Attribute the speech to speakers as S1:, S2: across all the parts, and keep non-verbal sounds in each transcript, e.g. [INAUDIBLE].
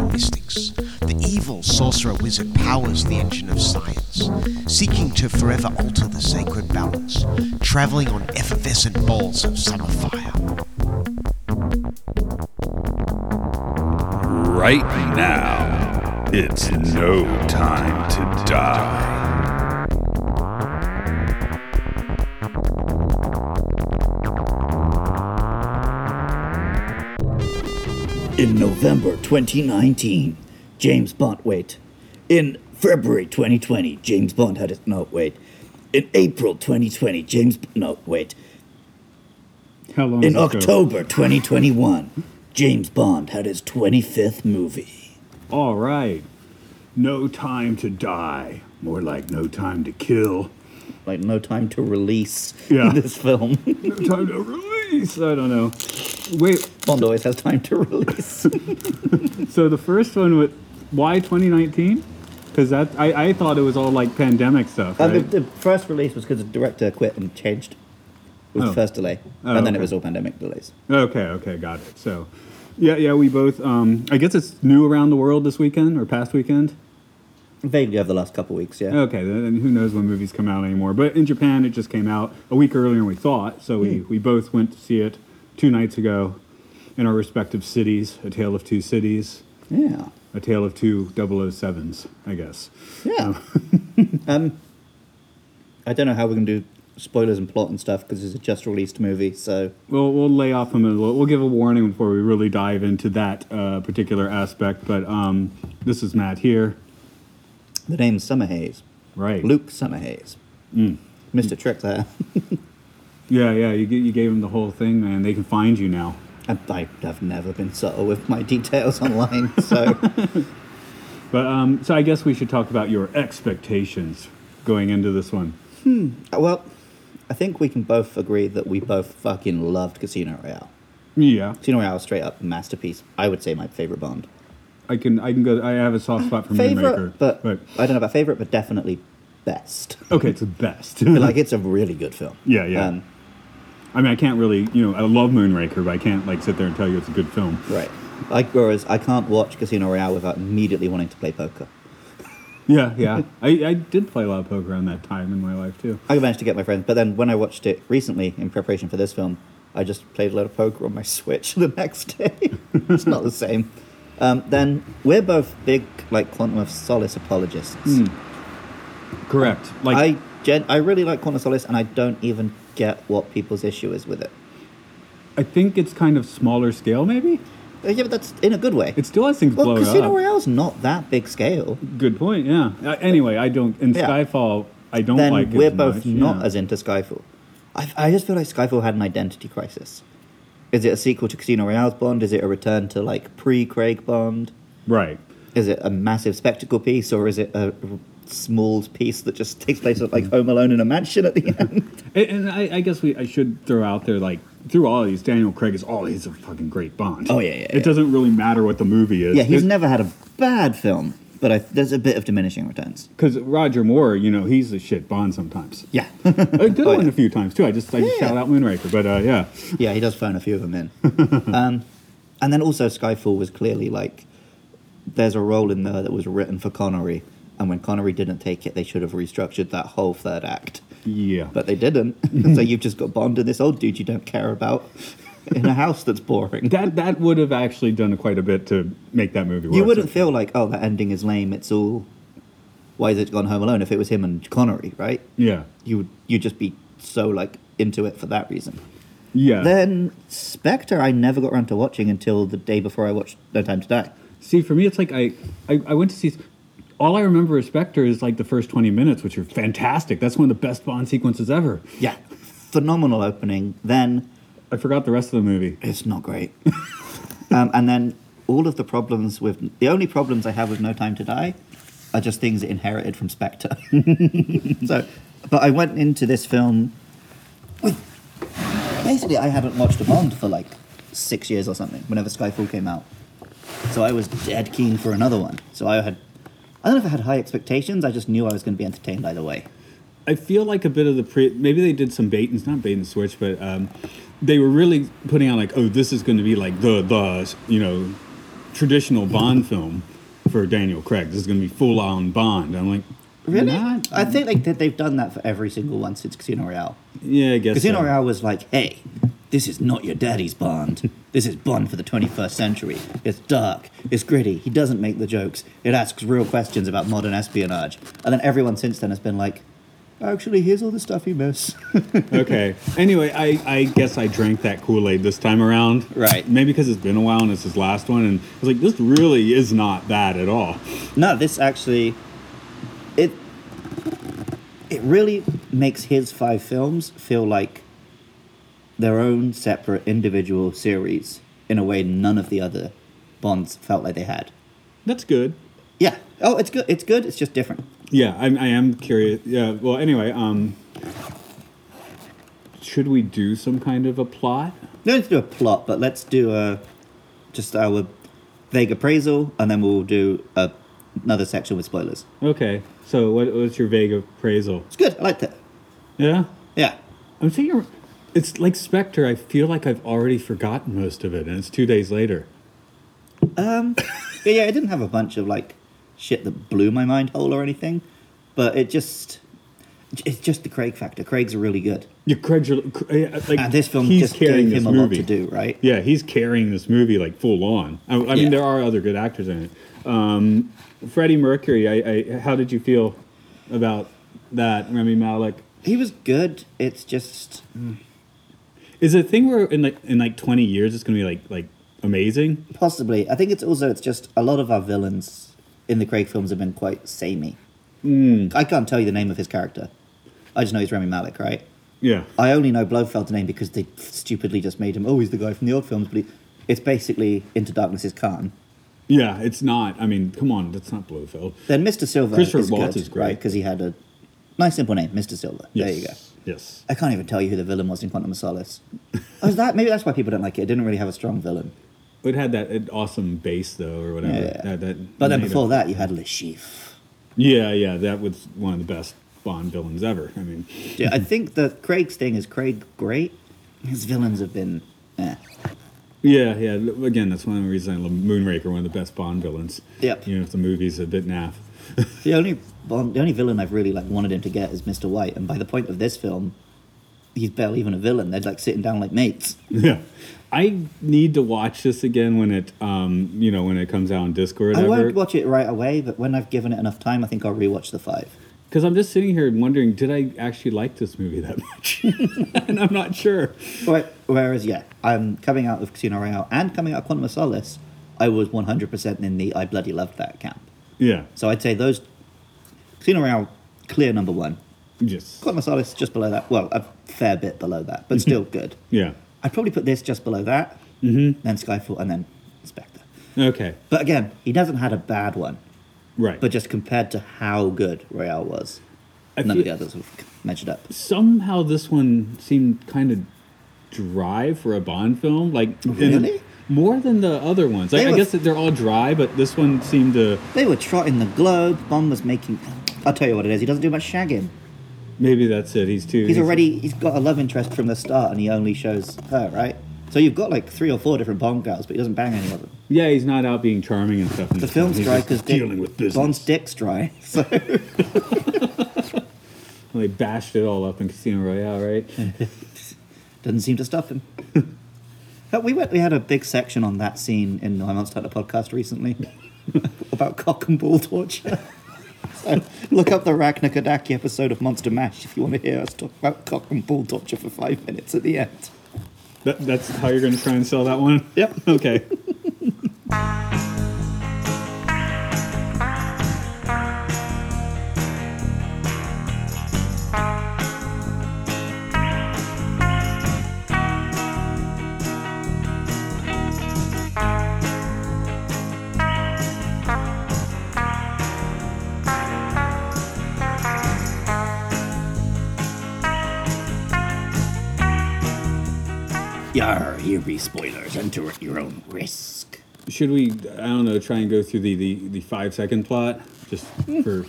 S1: of mystics, the evil sorcerer wizard powers the engine of science, seeking to forever alter the sacred balance, traveling on effervescent balls of summer fire.
S2: Right now, it's no time to die.
S3: In November 2019, James Bond. Wait. In February 2020, James Bond had it. No, wait. In April 2020, James. No, wait.
S4: How long?
S3: In
S4: does this go?
S3: October 2021, James Bond had his 25th movie.
S4: All right. No time to die. More like no time to kill.
S3: Like, no time to release
S4: Yeah.
S3: [LAUGHS] this film.
S4: No time to release. I don't know. Wait.
S3: Bond always has time
S4: [LAUGHS]
S3: to release.
S4: So the first one with why 2019? Because that I, I thought it was all like pandemic stuff.
S3: Uh,
S4: Right?
S3: the, the first release was because the director quit and changed. It was
S4: Oh.
S3: the first delay.
S4: Oh,
S3: and then it
S4: okay.
S3: was all pandemic delays.
S4: Okay. Okay. Got it. So, yeah, yeah. We both. Um, I guess it's new around the world this weekend or past weekend.
S3: Vaguely over the last couple weeks, yeah.
S4: Okay, then and who knows when movies come out anymore. But in Japan, it just came out a week earlier than we thought. So we, we both went to see it two nights ago in our respective cities. A Tale of Two Cities,
S3: Yeah.
S4: A Tale of Two 007s, I guess. [LAUGHS]
S3: Yeah. um, I don't know how we're gonna do spoilers and plot and stuff because it's a just released movie. So
S4: We'll, we'll lay off them a little. We'll give a warning before we really dive into that uh, particular aspect. But um, this is Matt here.
S3: the name's Summer Hayes,
S4: Right.
S3: Luke Summer Hayes,
S4: Mm.
S3: Mr. Trick there. [LAUGHS]
S4: Yeah, yeah. You, g- you gave him the whole thing, man. They can find you now.
S3: I, I have never been subtle with my details online,
S4: [LAUGHS]
S3: so
S4: But um, so I guess we should talk about your expectations going into this one.
S3: uh, well, I think we can both agree that we both fucking loved Casino Royale.
S4: Yeah.
S3: Casino Royale, is straight up masterpiece. I would say my favorite Bond.
S4: I can I can go. I have a soft spot for Moonraker,
S3: Favorite, but
S4: but
S3: I don't know about favorite, but definitely best.
S4: okay, it's the best.
S3: But, like it's a really good film.
S4: Yeah, yeah.
S3: Um,
S4: [LAUGHS] I mean, I can't really, you know, I love Moonraker, but I can't like sit there and tell you it's a good film.
S3: Right. I, whereas I can't watch Casino Royale without immediately wanting to play poker.
S4: Yeah, yeah. I, I did play a lot of poker around that time in my life too.
S3: I managed to get my friends, but then when I watched it recently in preparation for this film, I just played a lot of poker on my [LAUGHS] Switch the next day. [LAUGHS] it's not the same. Um, then we're both big like Quantum of Solace apologists.
S4: Hmm. Correct. Like
S3: I gen- I really like Quantum of Solace, and I don't even get what people's issue is with it.
S4: I think it's kind of smaller scale, maybe.
S3: Uh, Yeah, but that's in a good way.
S4: It still has things
S3: well,
S4: blown
S3: Casino
S4: up.
S3: Royale's not that big scale.
S4: Good point. Yeah. Uh, anyway, I don't. In
S3: Yeah.
S4: Skyfall, I don't
S3: then
S4: like. it
S3: we're
S4: as
S3: both
S4: much,
S3: not
S4: yeah.
S3: as into Skyfall. I, I just feel like Skyfall had an identity crisis. Is it a sequel to Casino Royale's Bond? Is it a return to like pre Craig Bond?
S4: right.
S3: Is it a massive spectacle piece or is it a r- small piece that just takes place at like Home Alone in a mansion at [LAUGHS] the end?
S4: And, and I, I guess we I should throw out there like through all of these, Daniel Craig is always a fucking great Bond.
S3: Oh, yeah, yeah,
S4: It
S3: yeah.
S4: doesn't really matter what the movie is.
S3: yeah, he's
S4: It-
S3: never had a bad film, but I, there's a bit of diminishing returns.
S4: Because Roger Moore, you know, he's a shit Bond sometimes.
S3: Yeah, [LAUGHS]
S4: I did
S3: Oh,
S4: one
S3: yeah.
S4: a few times too. I just I just
S3: Yeah.
S4: shout out Moonraker, but uh, yeah,
S3: yeah, he does phone a few of them in. [LAUGHS] um, and then also Skyfall was clearly like there's a role in there that was written for Connery, and when Connery didn't take it, they should have restructured that whole third act,
S4: yeah,
S3: but they didn't. [LAUGHS] so you've just got Bond and this old dude you don't care about [LAUGHS] in a house that's boring.
S4: that that would have actually done quite a bit to make that movie. work.
S3: You wouldn't feel like oh that ending is lame. It's all why is it gone home alone? If it was him and Connery, right?
S4: Yeah,
S3: You would you'd just be so like into it for that reason.
S4: yeah.
S3: Then Spectre, I never got around to watching until the day before I watched No Time to Die.
S4: see, for me, it's like I, I I went to see. All I remember of Spectre is like the first twenty minutes, which are fantastic. That's one of the best Bond sequences ever.
S3: Yeah, phenomenal opening. Then
S4: I forgot the rest of the movie.
S3: it's not great, [LAUGHS] um, and then all of the problems with the only problems I have with No Time to Die are just things inherited from Spectre. [LAUGHS] so, but I went into this film with basically I hadn't watched a Bond for like six years or something. Whenever Skyfall came out, so I was dead keen for another one. So I had, I don't know if I had high expectations. I just knew I was going to be entertained either way.
S4: I feel like a bit of the pre. Maybe they did some bait and not bait and switch, but um, they were really putting out like, oh, this is going to be like the the you know traditional Bond film for Daniel Craig. This is going to be full on Bond. I'm like,
S3: Really?
S4: "Nah."
S3: I think like that they've done that for every single one since Casino Royale.
S4: yeah, I guess
S3: Casino
S4: so.
S3: Royale was like, hey, this is not your daddy's Bond. This is Bond for the 21st century. It's dark. It's gritty. He doesn't make the jokes. It asks real questions about modern espionage. And then everyone since then has been like, actually, here's all the stuff you miss. [LAUGHS]
S4: okay. Anyway, I, I guess I drank that Kool Aid this time around.
S3: Right.
S4: Maybe because it's been a while and it's his last one, and I was like, this really is not that at all.
S3: no, this actually, it, it really makes his five films feel like their own separate individual series in a way none of the other Bonds felt like they had.
S4: That's good.
S3: Yeah. Oh, it's good. It's good. It's just different.
S4: Yeah, I, I am curious. Yeah. Well, anyway, um, should we do some kind of a plot?
S3: No, let's do a plot, but let's do a just our vague appraisal, and then we'll do a, another section with spoilers.
S4: Okay. So, what, what's your vague appraisal?
S3: It's good. I like that.
S4: Yeah.
S3: Yeah.
S4: I'm saying it's like Spectre. I feel like I've already forgotten most of it, and it's two days later.
S3: Yeah, yeah. I didn't have a bunch of like shit that blew my mind whole or anything, but it just it's just the Craig factor. Craig's really good,
S4: You're credul- cr- uh, like
S3: and this film
S4: he's
S3: just
S4: carrying
S3: gave him
S4: this
S3: a
S4: movie.
S3: lot to do. Right.
S4: Yeah, he's carrying this movie like full on. I, I
S3: Yeah.
S4: mean, there are other good actors in it. Um, Freddie Mercury. I, I how did you feel about that? Remy Malek.
S3: He was good. It's just
S4: Is it a thing where in like in like twenty years it's gonna be like like amazing?
S3: possibly. I think it's also it's just a lot of our villains in the Craig films have been quite samey.
S4: Hmm.
S3: I can't tell you the name of his character. I just know he's Remy Malik, right?
S4: Yeah.
S3: I only know Blofeld's name because they stupidly just made him. Oh, he's the guy from the old films, but he, it's basically Into Darkness is Khan.
S4: Yeah, it's not. I mean, come on, that's not Blofeld.
S3: Then Mr. Silver.
S4: Christopher
S3: is
S4: Waltz
S3: good,
S4: is great.
S3: because he had a nice simple name, Mr. Silver. There you go.
S4: Yes.
S3: I can't even tell you who the villain was in Quantum of Solace. oh, is that maybe that's why people don't like it? It didn't really have a strong villain.
S4: It had that uh, awesome bass though, or whatever.
S3: Yeah.
S4: That, that
S3: But then
S4: made it-
S3: before that, you had Le Chiffre.
S4: Yeah, yeah, that was one of the best Bond villains ever. I mean,
S3: Yeah, I think that Craig's thing is Craig great. His villains have been. Eh.
S4: Yeah, yeah. l- Again, that's one of the reasons I love Moonraker, one of the best Bond villains.
S3: Yep.
S4: You know, if the movie's a bit naff. [LAUGHS]
S3: The only Bond, the only villain I've really like wanted him to get is Mr. White, and by the point of this film, he's barely even a villain. They're like sitting down like mates.
S4: yeah. I need to watch this again when it, um, you know, when it comes out on Discord.
S3: I
S4: or
S3: won't
S4: whatever.
S3: watch it right away, but when I've given it enough time, I think I'll rewatch the five.
S4: Because I'm just sitting here wondering, did I actually like this movie that much? [LAUGHS] and I'm not sure.
S3: Right, Whereas, yeah, I'm coming out of Casino Royale and coming out of Quantum of Solace. I was 100% in the I bloody loved that camp.
S4: Yeah.
S3: So I'd say those Casino Royale clear number one.
S4: Just.
S3: Quantum of Solace just below that. Well, a fair bit below that,
S4: Mm-hmm.
S3: but still good.
S4: Yeah.
S3: I'd probably put this just below that, mm-hmm. then Skyfall, and then Spectre.
S4: Okay.
S3: But again, he doesn't had a bad one.
S4: Right.
S3: But just compared to how good Royale was,
S4: I
S3: none of the
S4: feel-
S3: others have measured up.
S4: somehow this one seemed kind of dry for a Bond film. Like in-
S3: Really?
S4: more than the other ones. I,
S3: They
S4: I
S3: were-
S4: guess that they're all dry, but this one seemed to
S3: They were trotting the globe. Bond was making. I'll tell you what it is. He doesn't do much shagging.
S4: maybe that's it. He's too.
S3: He's already. He's got a love interest from the start, and he only shows her, right? So you've got like three or four different Bond girls, but he doesn't bang any of them.
S4: Yeah, he's not out being charming and stuff. in
S3: The
S4: this
S3: film's
S4: He's
S3: dry
S4: just
S3: because
S4: dealing with business.
S3: Bond's dick's dry. [LAUGHS] So
S4: They bashed it all up in Casino Royale, right?
S3: doesn't seem to stop him. [LAUGHS] but we went. We had a big section on that scene in the I Must Start a podcast recently [LAUGHS] about cock and ball torture. [LAUGHS] so look up the Ragnakadaki episode of Monster Mash if you want to hear us talk about cock and ball torture for five minutes at the end.
S4: that, that's how you're going to try and sell that one. [LAUGHS]
S3: Yep. [LAUGHS]
S4: Okay.
S3: eerie spoilers enter at your own risk.
S4: Should we? I don't know. Try and go through the the, the five second plot just for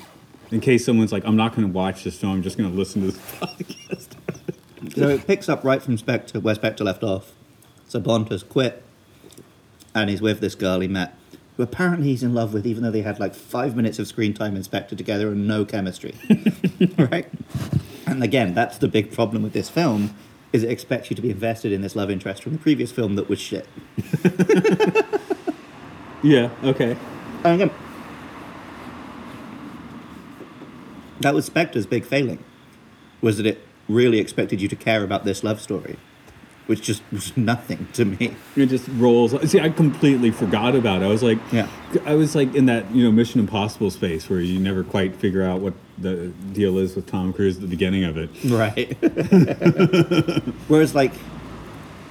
S4: in case someone's like, I'm not going to watch this film. I'm just going to listen to this podcast.
S3: [LAUGHS] So it picks up right from Spectre, where Spectre left off. So Bond has quit, and he's with this girl he met, who apparently he's in love with, even though they had like five minutes of screen time in Spectre together and no chemistry, right? And again, that's the big problem with this film, is it expects you to be invested in this love interest from the previous film that was shit.
S4: yeah. Okay.
S3: And again, that was Spectre's big failing, was that it really expected you to care about this love story, which just was nothing to me.
S4: It just rolls. See, I completely forgot about it. I was like,
S3: Yeah.
S4: I was like in that you know Mission Impossible space where you never quite figure out what the deal is with Tom Cruise at the beginning of it.
S3: Right. [LAUGHS] Whereas, like,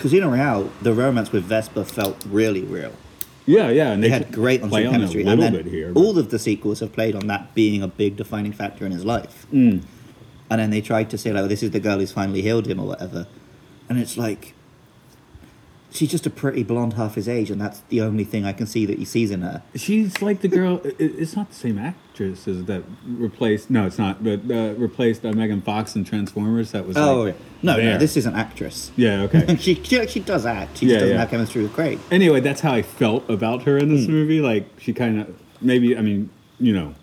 S3: Casino Royale, the romance with Vespa felt really real.
S4: Yeah, yeah, and
S3: They had great
S4: play
S3: on-screen
S4: on a
S3: chemistry,
S4: little
S3: and then
S4: bit here. but-
S3: all of the sequels have played on that being a big defining factor in his life.
S4: Mm.
S3: And then they tried to say, like, oh, this is the girl who's finally healed him or whatever. And it's like, she's just a pretty blonde half his age, and that's the only thing I can see that he sees in her.
S4: She's like the girl. i- i- It's not the same actress as that replaced. No, it's not. But uh, replaced uh, Megan Fox in Transformers. That was.
S3: Oh,
S4: like,
S3: no,
S4: there.
S3: no, this is an actress.
S4: Yeah. Okay.
S3: [LAUGHS] she, she actually does act. She
S4: Yeah,
S3: just doesn't
S4: yeah.
S3: have chemistry with Craig.
S4: anyway, that's how I felt about her in this
S3: Hmm.
S4: movie. Like she kind of maybe. I mean, you know,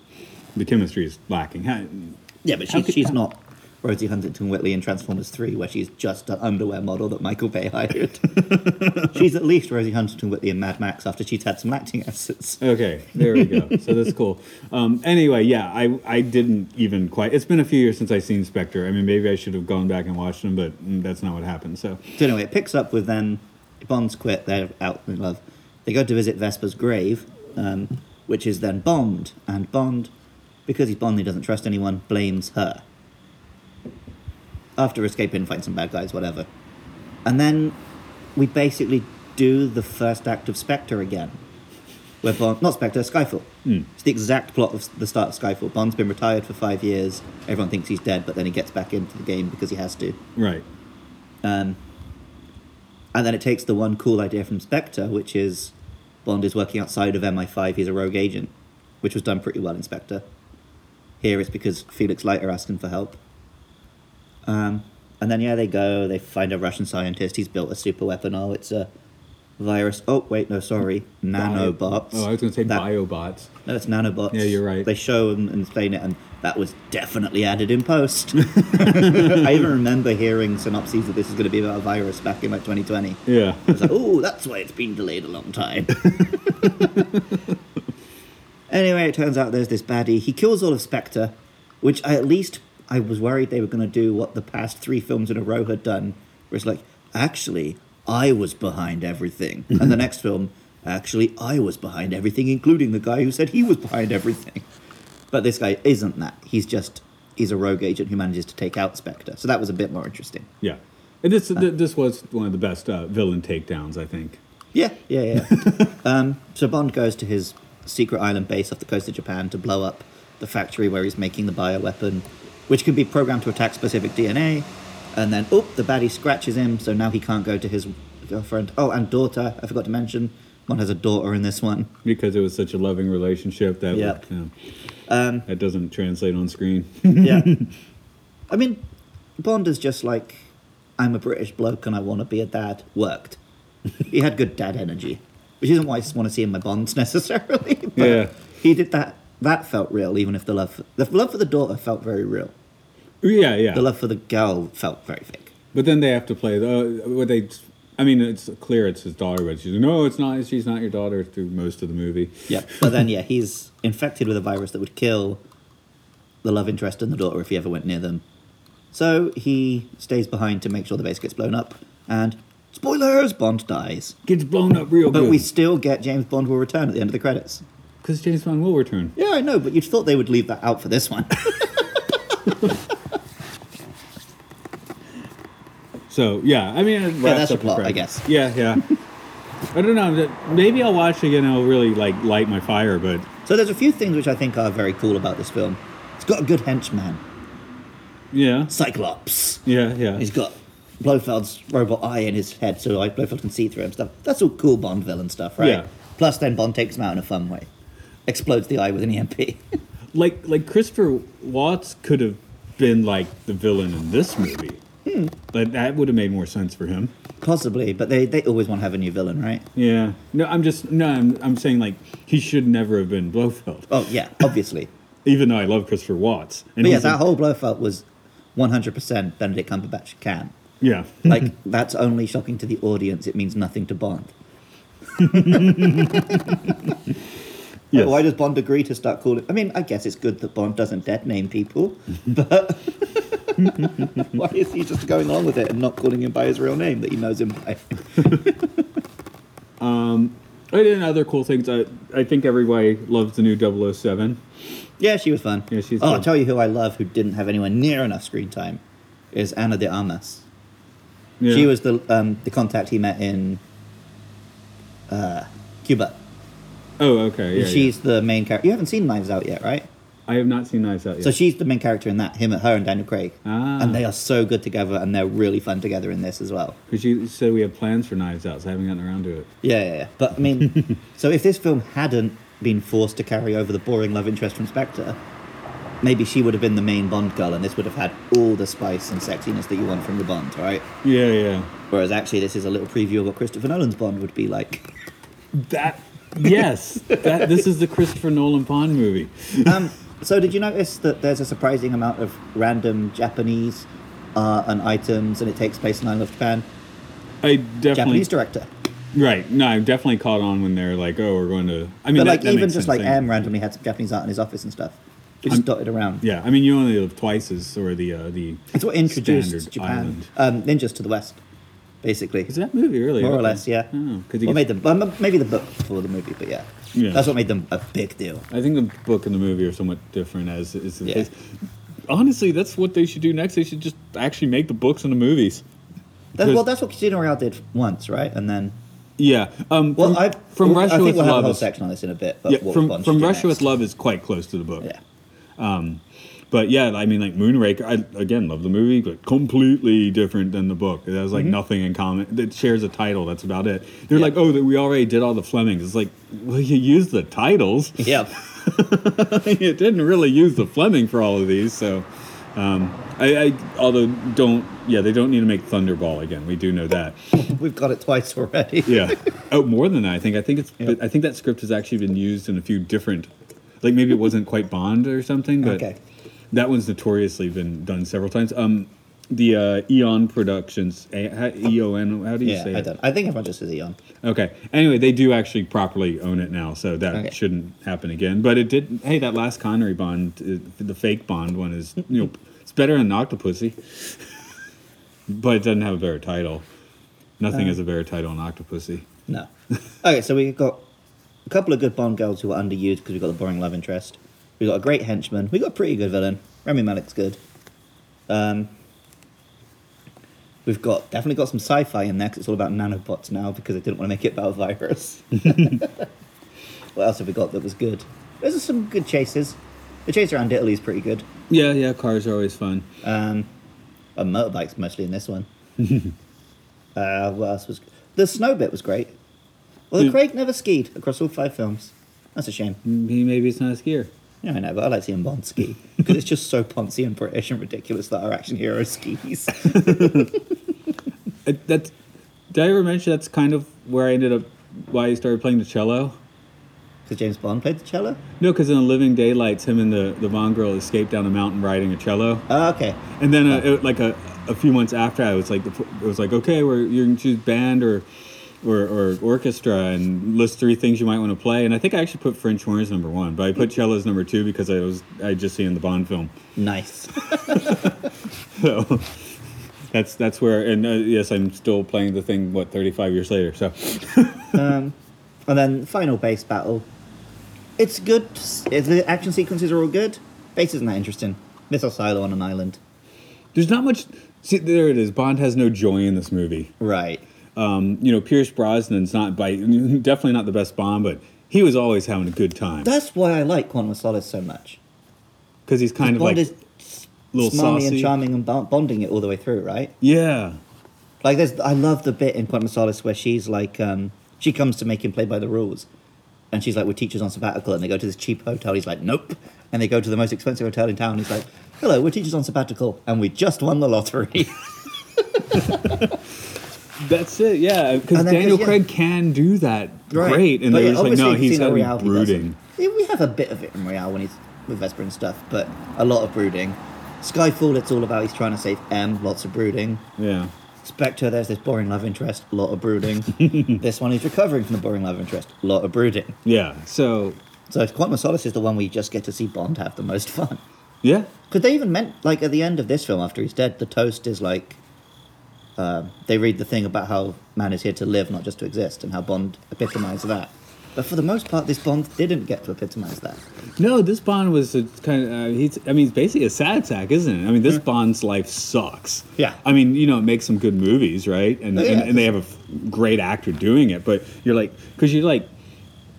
S4: the chemistry is lacking. Ha-
S3: Yeah, but she, she's not Rosie Huntington Whitley in Transformers 3, where she's just an underwear model that Michael Bay hired. she's at least Rosie Huntington Whitley in Mad Max after she's had some acting assets.
S4: Okay, there we go.
S3: [LAUGHS]
S4: So that's cool. Um, anyway, yeah, I I didn't even quite. It's been a few years since I seen Spectre. I mean, maybe I should have gone back and watched them, but mm, that's not what happened. So
S3: So anyway, it picks up with them. Bond's quit, they're out in love. They go to visit Vespa's grave, um, which is then bombed. And Bond, because he's Bond, he doesn't trust anyone, blames her. After escaping, find some bad guys, whatever. And then we basically do the first act of Spectre again. Where Bond, not Spectre, Skyfall. It's the exact plot of the start of Skyfall. Bond's been retired for five years. Everyone thinks he's dead, but then he gets back into the game because he has to.
S4: right,
S3: And then it takes the one cool idea from Spectre, which is Bond is working outside of MI5, he's a rogue agent, which was done pretty well in Spectre. Here it's because Felix Leiter asked him for help. Um, and then, yeah, they go, they find a Russian scientist, he's built a super weapon, oh, it's a virus. Oh, wait, no, sorry, nanobots.
S4: Oh, I was going to say
S3: That- [LAUGHS]
S4: biobots.
S3: No, it's nanobots.
S4: Yeah, you're right.
S3: They show him and explain it, and that was definitely added in
S4: [LAUGHS]
S3: post. [LAUGHS] I even remember hearing synopses that this is going to be about a virus back in like 2020.
S4: Yeah.
S3: It's like, oh, that's why it's been delayed a long time. anyway, it turns out there's this baddie. He kills all of Spectre, which I at least I was worried they were going to do what the past three films in a row had done, where it's like, actually, I was behind everything. and the next film, actually, I was behind everything, including the guy who said he was behind everything. But this guy isn't that. He's just he's a rogue agent who manages to take out Spectre. So that was a bit more interesting.
S4: Yeah, and this th- this was one of the best uh, villain takedowns, I think.
S3: Yeah, yeah, yeah. [LAUGHS] um, so Bond goes to his secret island base off the coast of Japan to blow up the factory where he's making the bioweapon, which can be programmed to attack specific DNA. And then, oop, the baddie scratches him, so now he can't go to his girlfriend. Oh, and daughter, I forgot to mention. One has a daughter in this one.
S4: because it was such a loving relationship that
S3: Yeah. Um,
S4: you know, that doesn't translate on screen. [LAUGHS]
S3: Yeah. [LAUGHS] I mean, Bond is just like, I'm a British bloke and I want to be a dad. Worked. he had good dad energy, which isn't why I want to see in my Bonds [LAUGHS] necessarily. But
S4: Yeah.
S3: He did that. That felt real, even if the love, the love for the daughter felt very real.
S4: yeah, yeah.
S3: The love for the girl felt very fake.
S4: but then they have to play the uh, what they. I mean, it's clear it's his daughter, but she's no, it's not. She's not your daughter through most of the movie.
S3: Yeah. But then, yeah, he's infected with a virus that would kill the love interest and the daughter if he ever went near them. So he stays behind to make sure the base gets blown up. And spoilers, Bond dies.
S4: Gets blown up real
S3: But we
S4: good.
S3: still get James Bond will return at the end of the credits.
S4: Because James Bond will return.
S3: Yeah, I know, but you'd thought they would leave that out for this one. [LAUGHS]
S4: So yeah, I mean, it wraps
S3: that's
S4: up
S3: the plot,
S4: credits.
S3: I guess.
S4: Yeah,
S3: [LAUGHS]
S4: yeah. I don't know. that- Maybe I'll watch it again. and I'll really like light my fire, but
S3: so there's a few things which I think are very cool about this film. It's got a good henchman,
S4: yeah,
S3: Cyclops.
S4: yeah, yeah.
S3: He's got Blofeld's robot eye in his head, so like Blofeld can see through him and stuff. That's all cool Bond villain stuff, right?
S4: Yeah.
S3: Plus, then Bond takes him out in a fun way, explodes the eye with an E EMP.
S4: like like Christopher Watts could have been like the villain in this movie.
S3: Hmm.
S4: Like that would have made more sense for him.
S3: [LAUGHS] Possibly, but they, they always want to have a new villain, right?
S4: Yeah. No, I'm just no, I'm I'm saying like he should never have been Blofeld.
S3: Oh yeah, obviously.
S4: Even though I love Christopher Watts. And
S3: but yeah,
S4: he's a-
S3: that whole Blofeld was 100% Benedict Cumberbatch can.
S4: Yeah.
S3: Like
S4: [LAUGHS]
S3: that's only shocking to the audience. It means nothing to Bond. Like,
S4: Yes.
S3: why does Bond agree to start calling? I mean, I guess it's good that Bond doesn't dead name people, [LAUGHS] but why is he just going along with it and not calling him by his real name that he knows him by?
S4: And then other cool things. I I think everybody loves the new 007.
S3: Yeah, she was fun.
S4: Yeah, she's
S3: Oh,
S4: fun.
S3: I'll tell you who I love who didn't have anyone near enough screen time is Ana de Armas.
S4: Yeah.
S3: She was the um, the contact he met in uh, Cuba.
S4: Oh, okay. Yeah.
S3: she's
S4: yeah.
S3: the main character. You haven't seen Knives Out yet, right?
S4: I have not seen Knives Out yet.
S3: So she's the main character in that. Him, her, and Daniel Craig,
S4: Ah.
S3: and they are so good together, and they're really fun together in this as well.
S4: Because you said we had plans for Knives Out, so I haven't gotten around to it.
S3: Yeah, yeah, yeah. But I
S4: [LAUGHS]
S3: mean, so if this film hadn't been forced to carry over the boring love interest from Spectre, maybe she would have been the main Bond girl, and this would have had all the spice and sexiness that you want from your Bond, right?
S4: Yeah, yeah.
S3: Whereas actually, this is a little preview of what Christopher Nolan's Bond would be like.
S4: That
S3: [LAUGHS]
S4: yes. That this is the Christopher Nolan Bond movie.
S3: Um, so did you notice that there's a surprising amount of random Japanese uh, and items, and it takes place in Island of Japan?
S4: I definitely
S3: Japanese director.
S4: Right. No, I've definitely caught on when they're like, "Oh, we're going to." I mean,
S3: but
S4: that-
S3: like
S4: that
S3: even
S4: makes sense.
S3: just like
S4: They-
S3: M randomly had some Japanese art in his office and stuff, which is dotted around.
S4: Yeah, I mean, you only live twice is or the uh, the.
S3: It's what introduced
S4: standard
S3: Japan
S4: island.
S3: um, ninjas to the West, basically.
S4: Is that movie really?
S3: More or
S4: Okay.
S3: less, yeah.
S4: Oh, because
S3: What made them? Well, m- maybe the book before the movie, but yeah.
S4: Yeah.
S3: that's what made them a big deal.
S4: I think the book and the movie are somewhat different. As is the
S3: Yeah.
S4: case. Honestly, that's what they should do next. They should just actually make the books and the movies.
S3: That,
S4: Because-
S3: well, that's what Casino Royale did once, right? And then,
S4: Yeah. Um,
S3: well,
S4: from,
S3: I
S4: from
S3: well,
S4: Russia
S3: I think
S4: with
S3: we'll have a
S4: Love.
S3: whole
S4: is-
S3: section on this in a bit. But
S4: yeah,
S3: what
S4: from
S3: Bond
S4: from
S3: should do
S4: Russia with
S3: next.
S4: Love is quite close to the book.
S3: Yeah.
S4: But yeah, I mean, like Moonraker, I again love the movie, but completely different than the book. It has like nothing in common. It shares a title. That's about it. They're like, oh, that we already did all the Flemings. It's like, well, you used the titles. [LAUGHS]
S3: Yeah. [LAUGHS]
S4: you didn't really use the Fleming for all of these. So, um, I, I although don't yeah, they don't need to make Thunderball again. We do know that.
S3: We've got it twice already.
S4: Yeah. oh, more than that, I think. I think it's.
S3: Yeah.
S4: I think that script has actually been used in a few different, like maybe it wasn't quite Bond or something, but
S3: Okay.
S4: that one's notoriously been done several times. Um, the uh, Eon Productions, A- how- EON. How do you
S3: Yeah,
S4: say
S3: I
S4: it?
S3: don't. I think everyone just says Eon.
S4: Okay. Anyway, they do actually properly own it now, so that
S3: Okay.
S4: shouldn't happen again. But it did. Hey, that last Connery Bond, uh, the fake Bond one, is you know it's better than Octopussy, [LAUGHS] but it doesn't have a better title.
S3: Uh.
S4: Nothing has a better title than Octopussy.
S3: No. [LAUGHS] okay, so we got a couple of good Bond girls who are underused because we got the boring love interest. We got a great henchman. We got a pretty good villain. Remy Malek's good. Um, we've got definitely got some sci-fi in there 'cause it's all about nanobots now because they didn't want to make it about a virus. what else have we got that was good? There's some good chases. The chase around Italy is pretty good.
S4: Yeah, yeah, cars are always fun.
S3: Um, and motorbikes mostly in this one. uh, what else was the snow bit was great. Well,
S4: Yeah.
S3: Craig never skied across all five films. That's a shame.
S4: Maybe, maybe it's not a skier.
S3: Yeah, I know, but I like seeing Bond ski because it's just so poncy and British and ridiculous that our action hero skis.
S4: Uh, That's, did I ever mention that's kind of where I ended up, why I started playing the cello?
S3: Because James Bond played the cello.
S4: No, because in The Living Daylights, him and the, the Bond girl escaped down a mountain riding a cello.
S3: Oh, okay.
S4: And then, uh, it, like a, a few months after, I was like, the, it was like, okay, we're, you can choose band or, or, or orchestra and list three things you might want to play. And I think I actually put French horns number one, but I put cellos number two because I was I had just seen the Bond film.
S3: Nice.
S4: So that's that's where. And uh, yes, I'm still playing the thing. What 35 years later. So
S3: and then final base battle. It's good. The action sequences are all good. Base isn't that interesting. Missile silo on an island.
S4: there's not much. See, there it is. Bond has no joy in this movie.
S3: Right.
S4: Um, you know, Pierce Brosnan's not by [LAUGHS] definitely not the best Bond, but he was always having a good time
S3: That's why I like Quantum of Solace so much.
S4: because he's kind of
S3: Bond
S4: like
S3: is
S4: little
S3: smarmy
S4: saucy.
S3: and charming and bo- bonding it all the way through, right?
S4: Yeah.
S3: Like there's, I love the bit in Quantum of Solace where she's like, um, she comes to make him play by the rules, and she's like, "We're teachers on sabbatical," and they go to this cheap hotel. He's like, "Nope," and they go to the most expensive hotel in town. He's like, "Hello, we're teachers on sabbatical, and we just won the
S4: [LAUGHS]
S3: lottery."
S4: That's it, yeah. Because
S3: And then-
S4: Daniel
S3: yeah.
S4: Craig can do that great, and
S3: But
S4: they're
S3: yeah,
S4: just like,
S3: obviously
S4: no,
S3: you can see
S4: he's
S3: that
S4: got to be
S3: reality
S4: brooding.
S3: doesn't. Yeah, we have a bit of it in Real when he's with Vesper and stuff, but a lot of brooding. Skyfall, it's all about he's trying to save M. Lots of brooding.
S4: Yeah,
S3: Spectre, there's this boring love interest. Lot of brooding. this one, he's recovering from the boring love interest. Lot of brooding.
S4: yeah. So,
S3: So Quantum of Solace is the one where you just get to see Bond have the most fun.
S4: yeah,
S3: Because they even meant, like, at the end of this film, after he's dead, the toast is like, um, they read the thing about how man is here to live, not just to exist, and how Bond epitomized that. But for the most part, this Bond didn't get to epitomize that.
S4: no, this Bond was a kind of. Uh, he's, I mean, it's basically a sad sack, isn't it? I mean, this Bond's life sucks.
S3: Mm. Yeah.
S4: I mean, you know, it makes some good movies, right? And
S3: Oh, yeah.
S4: and, and they have a f- great actor doing it, but you're like, because you're like,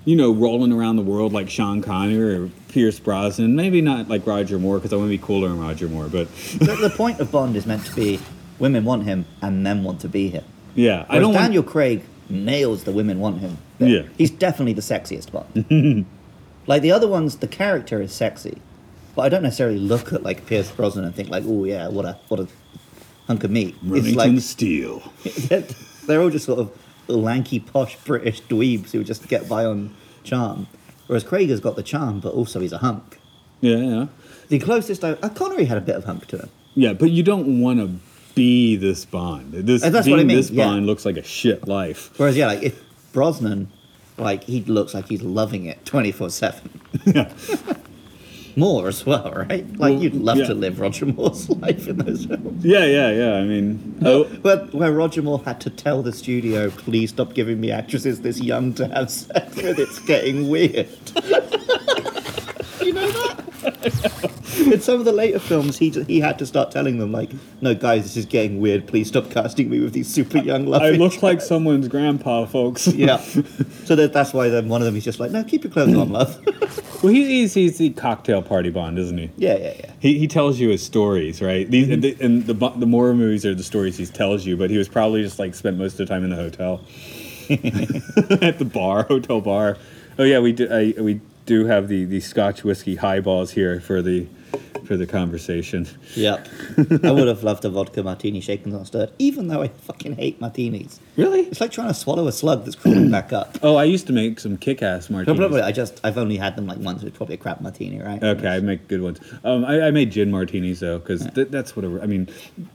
S4: you know, rolling around the world like Sean Connery or Pierce Brosnan, maybe not like Roger Moore, because I want to be cooler than Roger Moore, but
S3: the, the point of Bond is meant to be women want him and men want to be him.
S4: yeah, I
S3: Whereas
S4: don't want.
S3: Daniel Craig nails the women want him. bit.
S4: Yeah.
S3: He's definitely the sexiest Bond. [LAUGHS] like the other ones, the character is sexy. But I don't necessarily look at like Pierce Brosnan and think like, oh yeah, what a what a hunk of meat.
S4: [LAUGHS]
S3: [LAUGHS]
S4: Remington
S3: It's
S4: Steele.
S3: like they're, they're all just sort of lanky posh British dweebs who just get by on charm. Whereas Craig has got the charm, but also he's a hunk.
S4: Yeah, yeah.
S3: The closest I, uh, Connery had a bit of hunk to him.
S4: Yeah, but you don't want to be this Bond. This
S3: And that's
S4: being
S3: what I mean,
S4: this
S3: yeah.
S4: Bond looks like a shit life.
S3: Whereas, yeah, like if Brosnan, like he looks like he's loving it twenty four [LAUGHS] seven. More as well, right? Like
S4: Well,
S3: you'd love
S4: yeah.
S3: to live Roger Moore's [LAUGHS] life in those films.
S4: Yeah, yeah, yeah. I mean, oh,
S3: But where Roger Moore had to tell the studio, please stop giving me actresses this young to have sex with, it's getting weird. you know that? In some of the later films, he, he had to start telling them, like, no, guys, this is getting weird, please stop casting me with these super young
S4: [LAUGHS]
S3: love
S4: I look like
S3: interests."
S4: someone's grandpa, folks.
S3: Yeah. [LAUGHS] so that, that's why then one of them is just like, no, keep your clothes on, love.
S4: [LAUGHS]
S3: [LAUGHS]
S4: Well, he's he's, he's the cocktail party Bond, isn't he?
S3: yeah, yeah, yeah.
S4: He, he tells you his stories, right? These and, the, and the Bo- the Moore movies are the stories he tells you, but he was probably just like spent most of the time in the hotel, [LAUGHS] at the bar, hotel bar. Oh yeah, we do I, we do have the, the Scotch whiskey highballs here for the for the conversation.
S3: [LAUGHS] Yep. I would have loved a vodka martini shaken not stirred, even though I fucking hate martinis.
S4: Really?
S3: It's like trying to swallow a slug that's crawling back up.
S4: Oh, I used to make some kick-ass
S3: No,
S4: martinis.
S3: probably, I just, I've only had them like once. It's probably a crap martini, right?
S4: Okay, I make good ones. Um, I, I made gin martinis though, because th- that's whatever. I mean,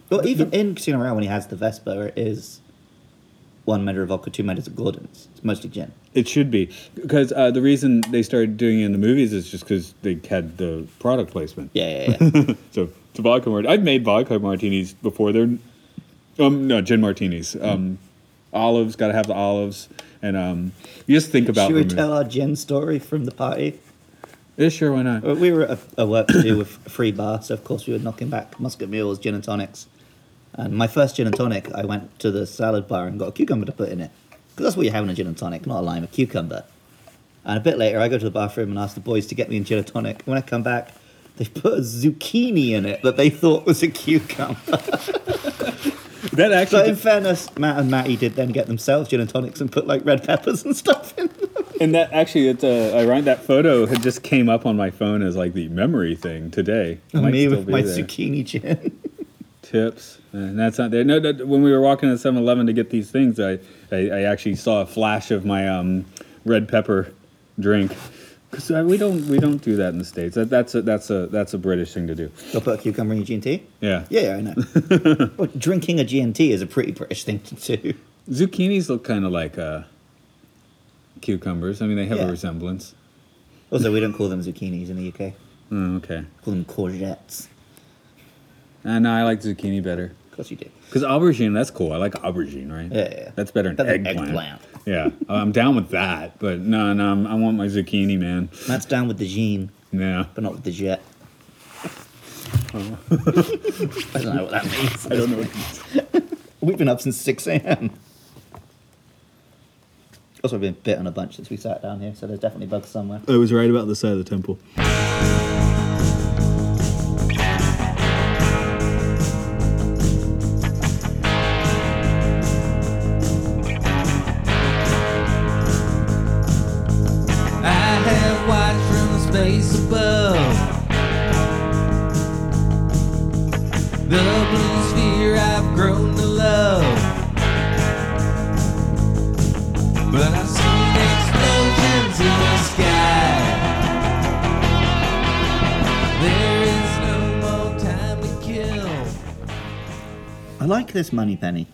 S3: Well, even in Casino Royale, when he has the Vespa, it is one meter of vodka, two meters of Gordon's. It's mostly gin.
S4: it should be because uh, the reason they started doing it in the movies is just because they had the product placement.
S3: Yeah, yeah, [LAUGHS] yeah.
S4: [LAUGHS] So to vodka mart, I've made vodka martinis before. They're um no gin martinis.
S3: Mm-hmm.
S4: Um, olives got to have the olives, and um, you just think about
S3: Should we
S4: them.
S3: tell our gin story from the party?
S4: Yeah, sure, why not?
S3: Well, Uh, We were at a, a work to do with a free bar, so of course we were knocking back musket mules, gin and tonics. And my first gin and tonic, I went to the salad bar and got a cucumber to put in it. Because that's what you have in a gin and tonic, not a lime, a cucumber. And a bit later, I go to the bathroom and ask the boys to get me a gin and tonic. When I come back, they put a zucchini in it that they thought was a [LAUGHS] cucumber.
S4: That
S3: So,
S4: actually,
S3: in fairness, Matt and Matty did then get themselves gin and tonics and put like red peppers and stuff in them.
S4: and that actually, it's uh, ironic. That photo had just came up on my phone as like the memory thing today. It might
S3: me
S4: still
S3: with
S4: be
S3: my
S4: there.
S3: zucchini gin.
S4: tips and that's not there no, no when we were walking to 7-eleven to get these things I, I i actually saw a flash of my um red pepper drink because we don't we don't do that in the states that, that's a that's a that's a british thing to do
S3: You'll put a cucumber in your G&T?
S4: Yeah.
S3: Yeah, yeah, I know. well, drinking a G&T is a pretty British thing to do.
S4: zucchinis look kind of like uh cucumbers i mean they have
S3: Yeah.
S4: a resemblance
S3: Also, we don't call them zucchinis in the UK. We
S4: oh, okay
S3: call them courgettes.
S4: and no, i like zucchini better
S3: Of course you do.
S4: because aubergine that's cool i like aubergine right
S3: Yeah, yeah, yeah.
S4: that's better than
S3: Better than
S4: eggplant.
S3: eggplant.
S4: yeah i'm down with that but no no I'm, i want my zucchini man
S3: That's down with the gene,
S4: yeah
S3: but not with the jet. I don't know what that means.
S4: i don't know what
S3: We've been up since 6 a.m. Also, I've been bit on a bunch since we sat down here, so there's definitely bugs somewhere.
S4: I was right about the side of the temple.
S5: place above. The blue sphere I've grown to love. But I've seen explosions in the sky. There is no more time to kill.
S3: I like this Money Penny.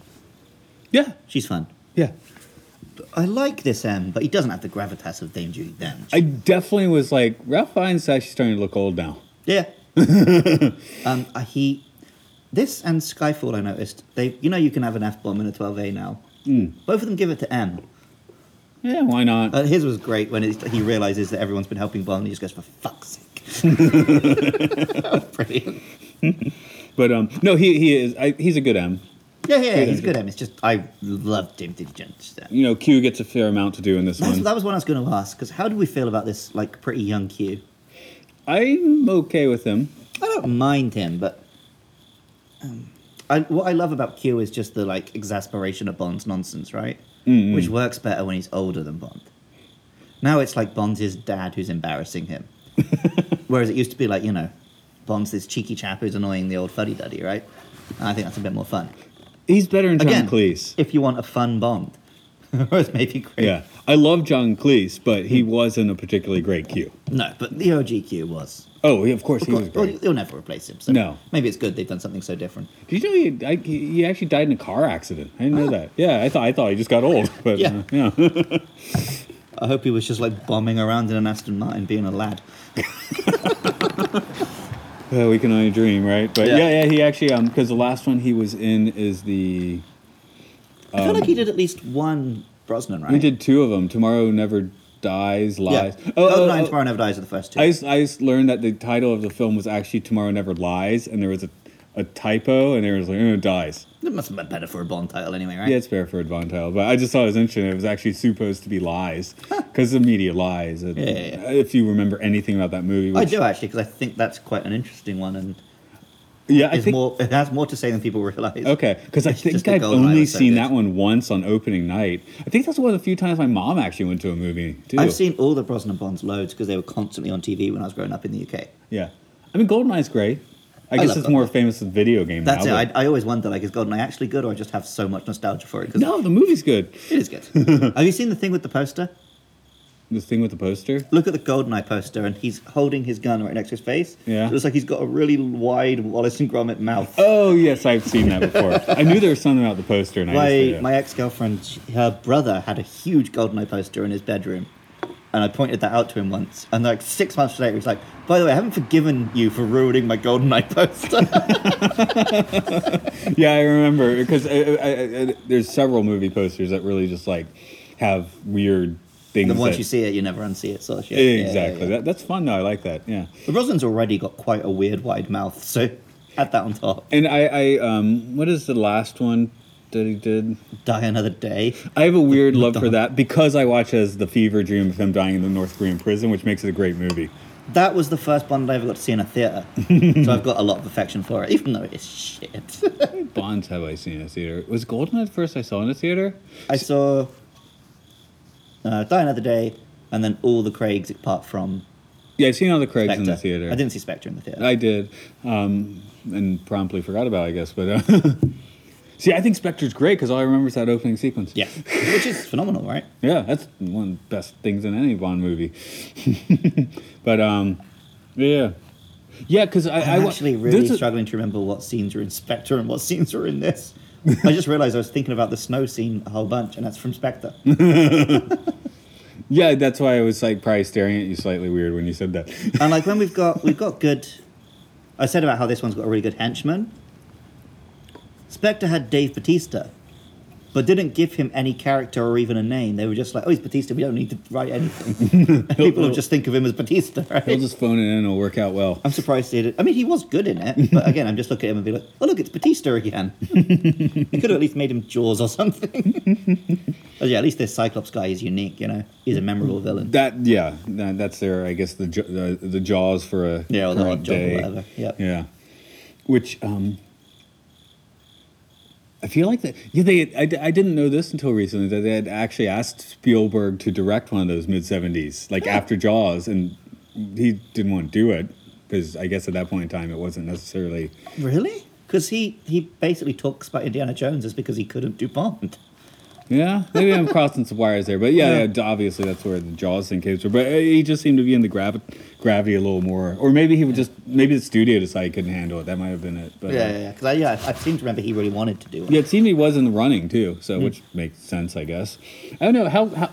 S4: Yeah,
S3: She's fun.
S4: yeah.
S3: I like this M, but he doesn't have the gravitas of Dame Judy Dench.
S4: I definitely was like Ralph Fiennes actually starting to look old now.
S3: yeah. [LAUGHS] um, uh, he, this and Skyfall. I noticed they. You know, you can have an F bomb and a twelve A now. Both of them give it to M.
S4: Yeah, why not?
S3: Uh, his was great when it, he realizes that everyone's been helping Bond. And he just goes, "For fuck's sake!" [LAUGHS] Brilliant.
S4: but um, no, he he is I, he's a good M.
S3: Yeah, yeah, yeah, he's good. M. It's just I love Dame Judy Dench.
S4: You know, Q gets a fair amount to do in this
S3: That's,
S4: one.
S3: that was what I was going to ask. Because how do we feel about this like pretty young Q?
S4: I'm okay with him.
S3: I don't mind him, but um, I, what I love about Q is just the like exasperation of Bond's nonsense, right?
S4: Mm-hmm.
S3: Which works better when he's older than Bond. Now it's like Bond's his dad who's
S4: [LAUGHS]
S3: embarrassing him, whereas it used to be like you know, Bond's this cheeky chap who's annoying the old fuddy duddy, right? And I think that's a bit more fun.
S4: He's better than John
S3: Again,
S4: Cleese.
S3: if you want a fun Bond, [LAUGHS] or it's maybe great.
S4: Yeah, I love John Cleese, but he wasn't a particularly great Q.
S3: No, but the OG Q was.
S4: Oh, yeah, of course he was
S3: Well,
S4: great.
S3: they'll never replace him. So
S4: No.
S3: Maybe it's good they've done something so different.
S4: Did you know he, I, he he actually died in a car accident? I didn't know that. Yeah, I thought I thought he just got old, but
S3: Yeah.
S4: uh, yeah. [LAUGHS]
S3: I hope he was just like bombing around in an Aston Martin, being a lad.
S4: Uh, we can only dream, right? But
S3: Yeah.
S4: yeah, yeah, he actually um because the last one he was in is the
S3: I feel like he did at least one Brosnan, right?
S4: we Um, did two of them. Tomorrow never dies,
S3: Yeah.
S4: lies.
S3: Oh,
S4: Oh, oh,
S3: Nine
S4: oh,
S3: Tomorrow Never Dies are the first two.
S4: I just, I just learned that the title of the film was actually Tomorrow Never Lies, and there was a, a typo, and there was like, oh, dies.
S3: It must have been better for a Bond title anyway, right?
S4: Yeah, it's fair for Advantile, but I just thought it was interesting. It was actually supposed to be
S3: [LAUGHS]
S4: lies because the media lies. And
S3: yeah, yeah.
S4: If you remember anything about that movie,
S3: I
S4: which,
S3: do actually, because I think that's quite an interesting one, and
S4: Yeah, I
S3: it's
S4: think.
S3: more, it has more to say than people realize.
S4: Okay, because I
S3: It's just
S4: think
S3: the
S4: I've
S3: golden eye
S4: only
S3: was so
S4: seen
S3: good.
S4: that one once on opening night. I think that's one of the few times my mom actually went to a movie too.
S3: I've seen all the Brosnan Bonds loads because they were constantly on TV when I was growing up in the UK.
S4: Yeah, I mean Goldeneye's great. I,
S3: I
S4: guess
S3: love
S4: it's more famous as a video game.
S3: That's
S4: now,
S3: it.
S4: but-
S3: I, I always wonder, like, is Goldeneye actually good, or I just have so much nostalgia for it? Because
S4: no, the movie's good. [LAUGHS]
S3: it is good. have you seen the thing with the poster?
S4: This thing with the poster.
S3: Look at the Goldeneye poster, and he's holding his gun right next to his face.
S4: Yeah.
S3: It looks like he's got a really wide Wallace and Gromit mouth.
S4: Oh yes, I've seen that before. I knew there was something about the poster, and I
S3: my
S4: just
S3: my ex girlfriend, her brother had a huge Goldeneye poster in his bedroom, and I pointed that out to him once. And like six months later, he's like, "By the way, I haven't forgiven you for ruining my Goldeneye [LAUGHS]
S4: [LAUGHS]
S3: poster."
S4: Yeah, I remember uh, because I, I, I, there's several movie posters that really just like have weird things.
S3: and once
S4: that-
S3: you see it, you never unsee it. Sort of shit.
S4: Yeah,
S3: Yeah, yeah,
S4: exactly.
S3: yeah.
S4: That, that's fun though. I like that. Yeah.
S3: But Rosalind's already got quite a weird wide mouth, so [LAUGHS] add that on top.
S4: And I, I um, what is the last one that he did?
S3: Die another day.
S4: I have a weird love for that because I watch as the fever dream of him dying in the North Korean prison, which makes it a great movie.
S3: That was the first Bond I ever got to see in
S4: [LAUGHS]
S3: a theater, so I've got a lot of affection for it, even though it is shit. [LAUGHS]
S4: Bonds have I seen in a theater? Was Goldeneye the first I saw in a theater?
S3: I saw uh, Die Another Day and then all the Craigs apart from
S4: Yeah, I've seen all the Craigs
S3: Spectre.
S4: in the theater.
S3: I didn't see Spectre in the theater.
S4: I did, um, and promptly forgot about, it, I guess. But uh, [LAUGHS] see, I think Spectre's great because all I remember is that opening sequence.
S3: yeah, which is phenomenal, right?
S4: yeah, that's one of the best things in any Bond movie. [LAUGHS] but um, yeah, yeah, because I, [LAUGHS] I
S3: I'm
S4: wa-
S3: actually
S4: this
S3: really
S4: is-
S3: struggling to remember what scenes are in Spectre and what scenes are in this. I just realized I was thinking about the snow scene a whole bunch, and that's from Spectre.
S4: Yeah, that's why I was like probably staring at you slightly weird when you said that. [LAUGHS]
S3: and like when we've got we've got good, I said about how this one's got a really good henchman. Spectre had Dave Batista, but didn't give him any character or even a name. They were just like, "Oh, he's Batista. We don't need to write anything." And People will just think of him as Batista, right?
S4: He'll just phone it in; it'll work out well.
S3: [LAUGHS] I'm surprised he did. I mean, he was good in it, but again, I'm just looking at him and be like, "Oh, look, it's Batista again." you could have at least made him Jaws or something. but yeah, at least this Cyclops guy is unique. You know, he's a memorable villain.
S4: That yeah, that, that's their I guess the jo- the, the jaws for a
S3: Yeah, or the
S4: current
S3: odd job or
S4: day.
S3: whatever. Yep.
S4: Yeah, which um, I feel like that. Yeah, they I, d- I didn't know this until recently
S3: Oh.
S4: that they had actually asked Spielberg to direct one of those mid seventies, like after Jaws, and he didn't want to do it because I guess at that point in time it wasn't necessarily.
S3: Really? Because he, he basically talks about Indiana Jones as because he couldn't do Bond.
S4: Yeah, maybe
S3: [LAUGHS]
S4: I'm crossing some wires there, but yeah, yeah, obviously that's where the Jaws thing came from. But uh, he just seemed to be in the gravi- gravity a little more, or maybe he would just maybe the studio decided he couldn't handle it. That might have been it. But uh,
S3: Yeah, yeah, yeah. Because I, yeah, I seem to remember he really wanted to do it.
S4: Yeah, it seemed he was in the running too,
S3: Hmm.
S4: so which makes sense, I guess. I don't know how how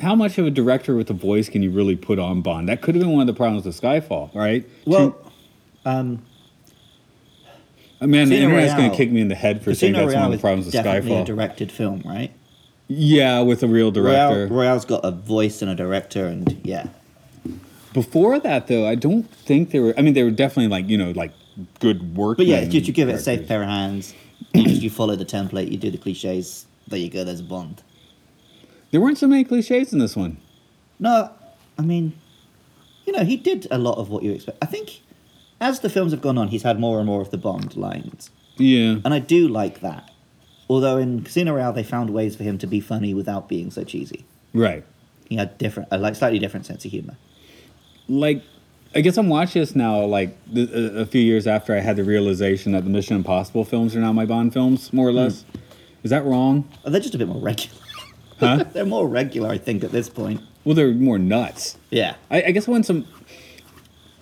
S4: how much of a director with a voice can you really put on Bond? That could have been one of the problems with Skyfall, right?
S3: Well,
S4: Too- Uh, man, the
S3: Casino
S4: internet's going to
S3: Royale-
S4: kick me in the head for saying
S3: Casino
S4: that's one
S3: Royale
S4: of the
S3: is
S4: problems with
S3: definitely a
S4: Skyfall.
S3: directed film, right?
S4: yeah, with a real director.
S3: Royale, Royale's got a voice and a director, and yeah.
S4: Before that, though, I don't think they were. I mean, they were definitely like you know like good work.
S3: But yeah, you, you give it a safe pair of hands. [CLEARS THROAT] you, just- you follow the template. You do the cliches. There you go. There's Bond.
S4: There weren't so many cliches in this one.
S3: No, I mean, you know, he did a lot of what you expect. I think as the films have gone on, he's had more and more of the Bond lines,
S4: Yeah,
S3: and I do like that. Although in Casino Royale, they found ways for him to be funny without being so cheesy.
S4: right.
S3: He had different, a like slightly different sense of humor.
S4: like I guess I'm watching this now, like th- a a few years after I had the realization that the Mission Impossible films are now my Bond films, more or
S3: Hmm.
S4: less. Is that
S3: [LAUGHS]
S4: wrong?
S3: Oh, they're just a bit more regular. [LAUGHS] they're more regular, I think, at this point.
S4: Well, they're more nuts.
S3: Yeah.
S4: I, I guess when some,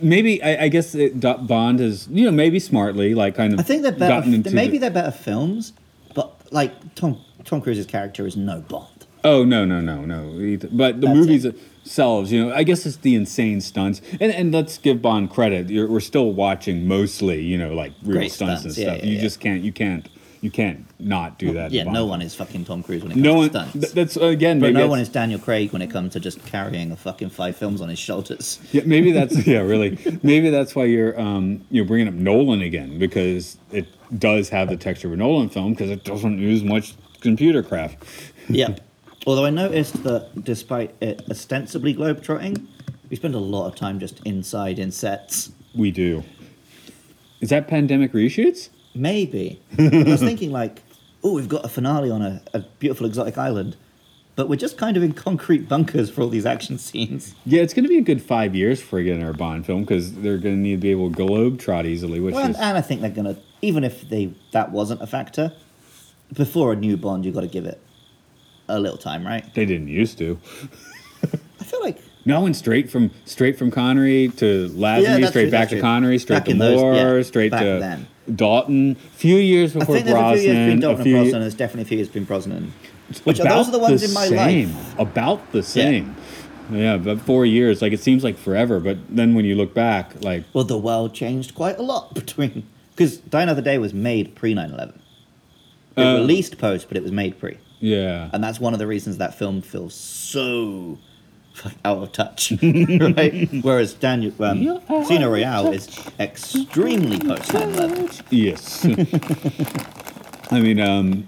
S4: maybe I, I guess it, Do- Bond is you know maybe smartly like kind of.
S3: I think they're better.
S4: gotten into
S3: Maybe
S4: the-
S3: they're better films, but like Tom Tom Cruise's character is no Bond.
S4: Oh no no no no! Either. But the
S3: That's
S4: movies themselves, you know, I guess it's the insane stunts, and and let's give Bond credit. You're, we're still watching mostly, you know, like real
S3: Great
S4: stunts,
S3: stunts,
S4: and
S3: yeah,
S4: stuff.
S3: yeah,
S4: you
S3: yeah.
S4: just can't you can't you can't not do that. in
S3: Yeah,
S4: Bond
S3: no
S4: films.
S3: one is fucking Tom Cruise when it comes
S4: No
S3: to
S4: one.
S3: stunts.
S4: Th- that's again.
S3: but
S4: Maybe
S3: no one
S4: that's-
S3: is Daniel Craig when it comes to just carrying a fucking five films on his shoulders.
S4: Yeah, maybe
S3: [LAUGHS]
S4: that's yeah. Really, maybe that's why you're um you're bringing up Nolan again because it does have the texture of a Nolan film because it doesn't use much computer craft.
S3: yep. Although I noticed that despite it ostensibly globetrotting, we spend a lot of time just inside in sets.
S4: We do. Is that pandemic reshoots?
S3: Maybe. I was thinking like, oh, we've got a finale on a, a beautiful exotic island, but we're just kind of in concrete bunkers for all these action scenes.
S4: Yeah, it's going to be a good five years for getting our Bond film because they're going to need to be able to globe trot easily, which
S3: Well, uh, and,
S4: is
S3: and I think they're gonna, even if they that wasn't a factor, before a new Bond, you got to give it a little time, right?
S4: they didn't used to.
S3: I feel like
S4: No, and straight from straight from Connery to Lazenby,
S3: that's
S4: straight back
S3: true, that's
S4: to
S3: true.
S4: Connery, straight
S3: Back
S4: to
S3: in those-
S4: Moore,
S3: yeah,
S4: straight
S3: back
S4: to
S3: then.
S4: Dalton. Few years
S3: I
S4: before
S3: think there's a few years
S4: Brosnan,
S3: between Dalton and Brosnan. There's definitely a few years between Brosnan. Which are, those are the ones in my
S4: same,
S3: life.
S4: About the same. Yeah. but four years. Like it seems like forever, but then when you look back, like
S3: Well, the world changed quite a lot [LAUGHS] between because Die Another Day was made pre 9/11. It
S4: Uh,
S3: released post, but it was made pre.
S4: yeah,
S3: and that's one of the reasons that film feels so like, out of touch, [LAUGHS] right? Whereas Daniel um, Casino Royale is extremely post 9/11.
S4: Yes. I mean, um,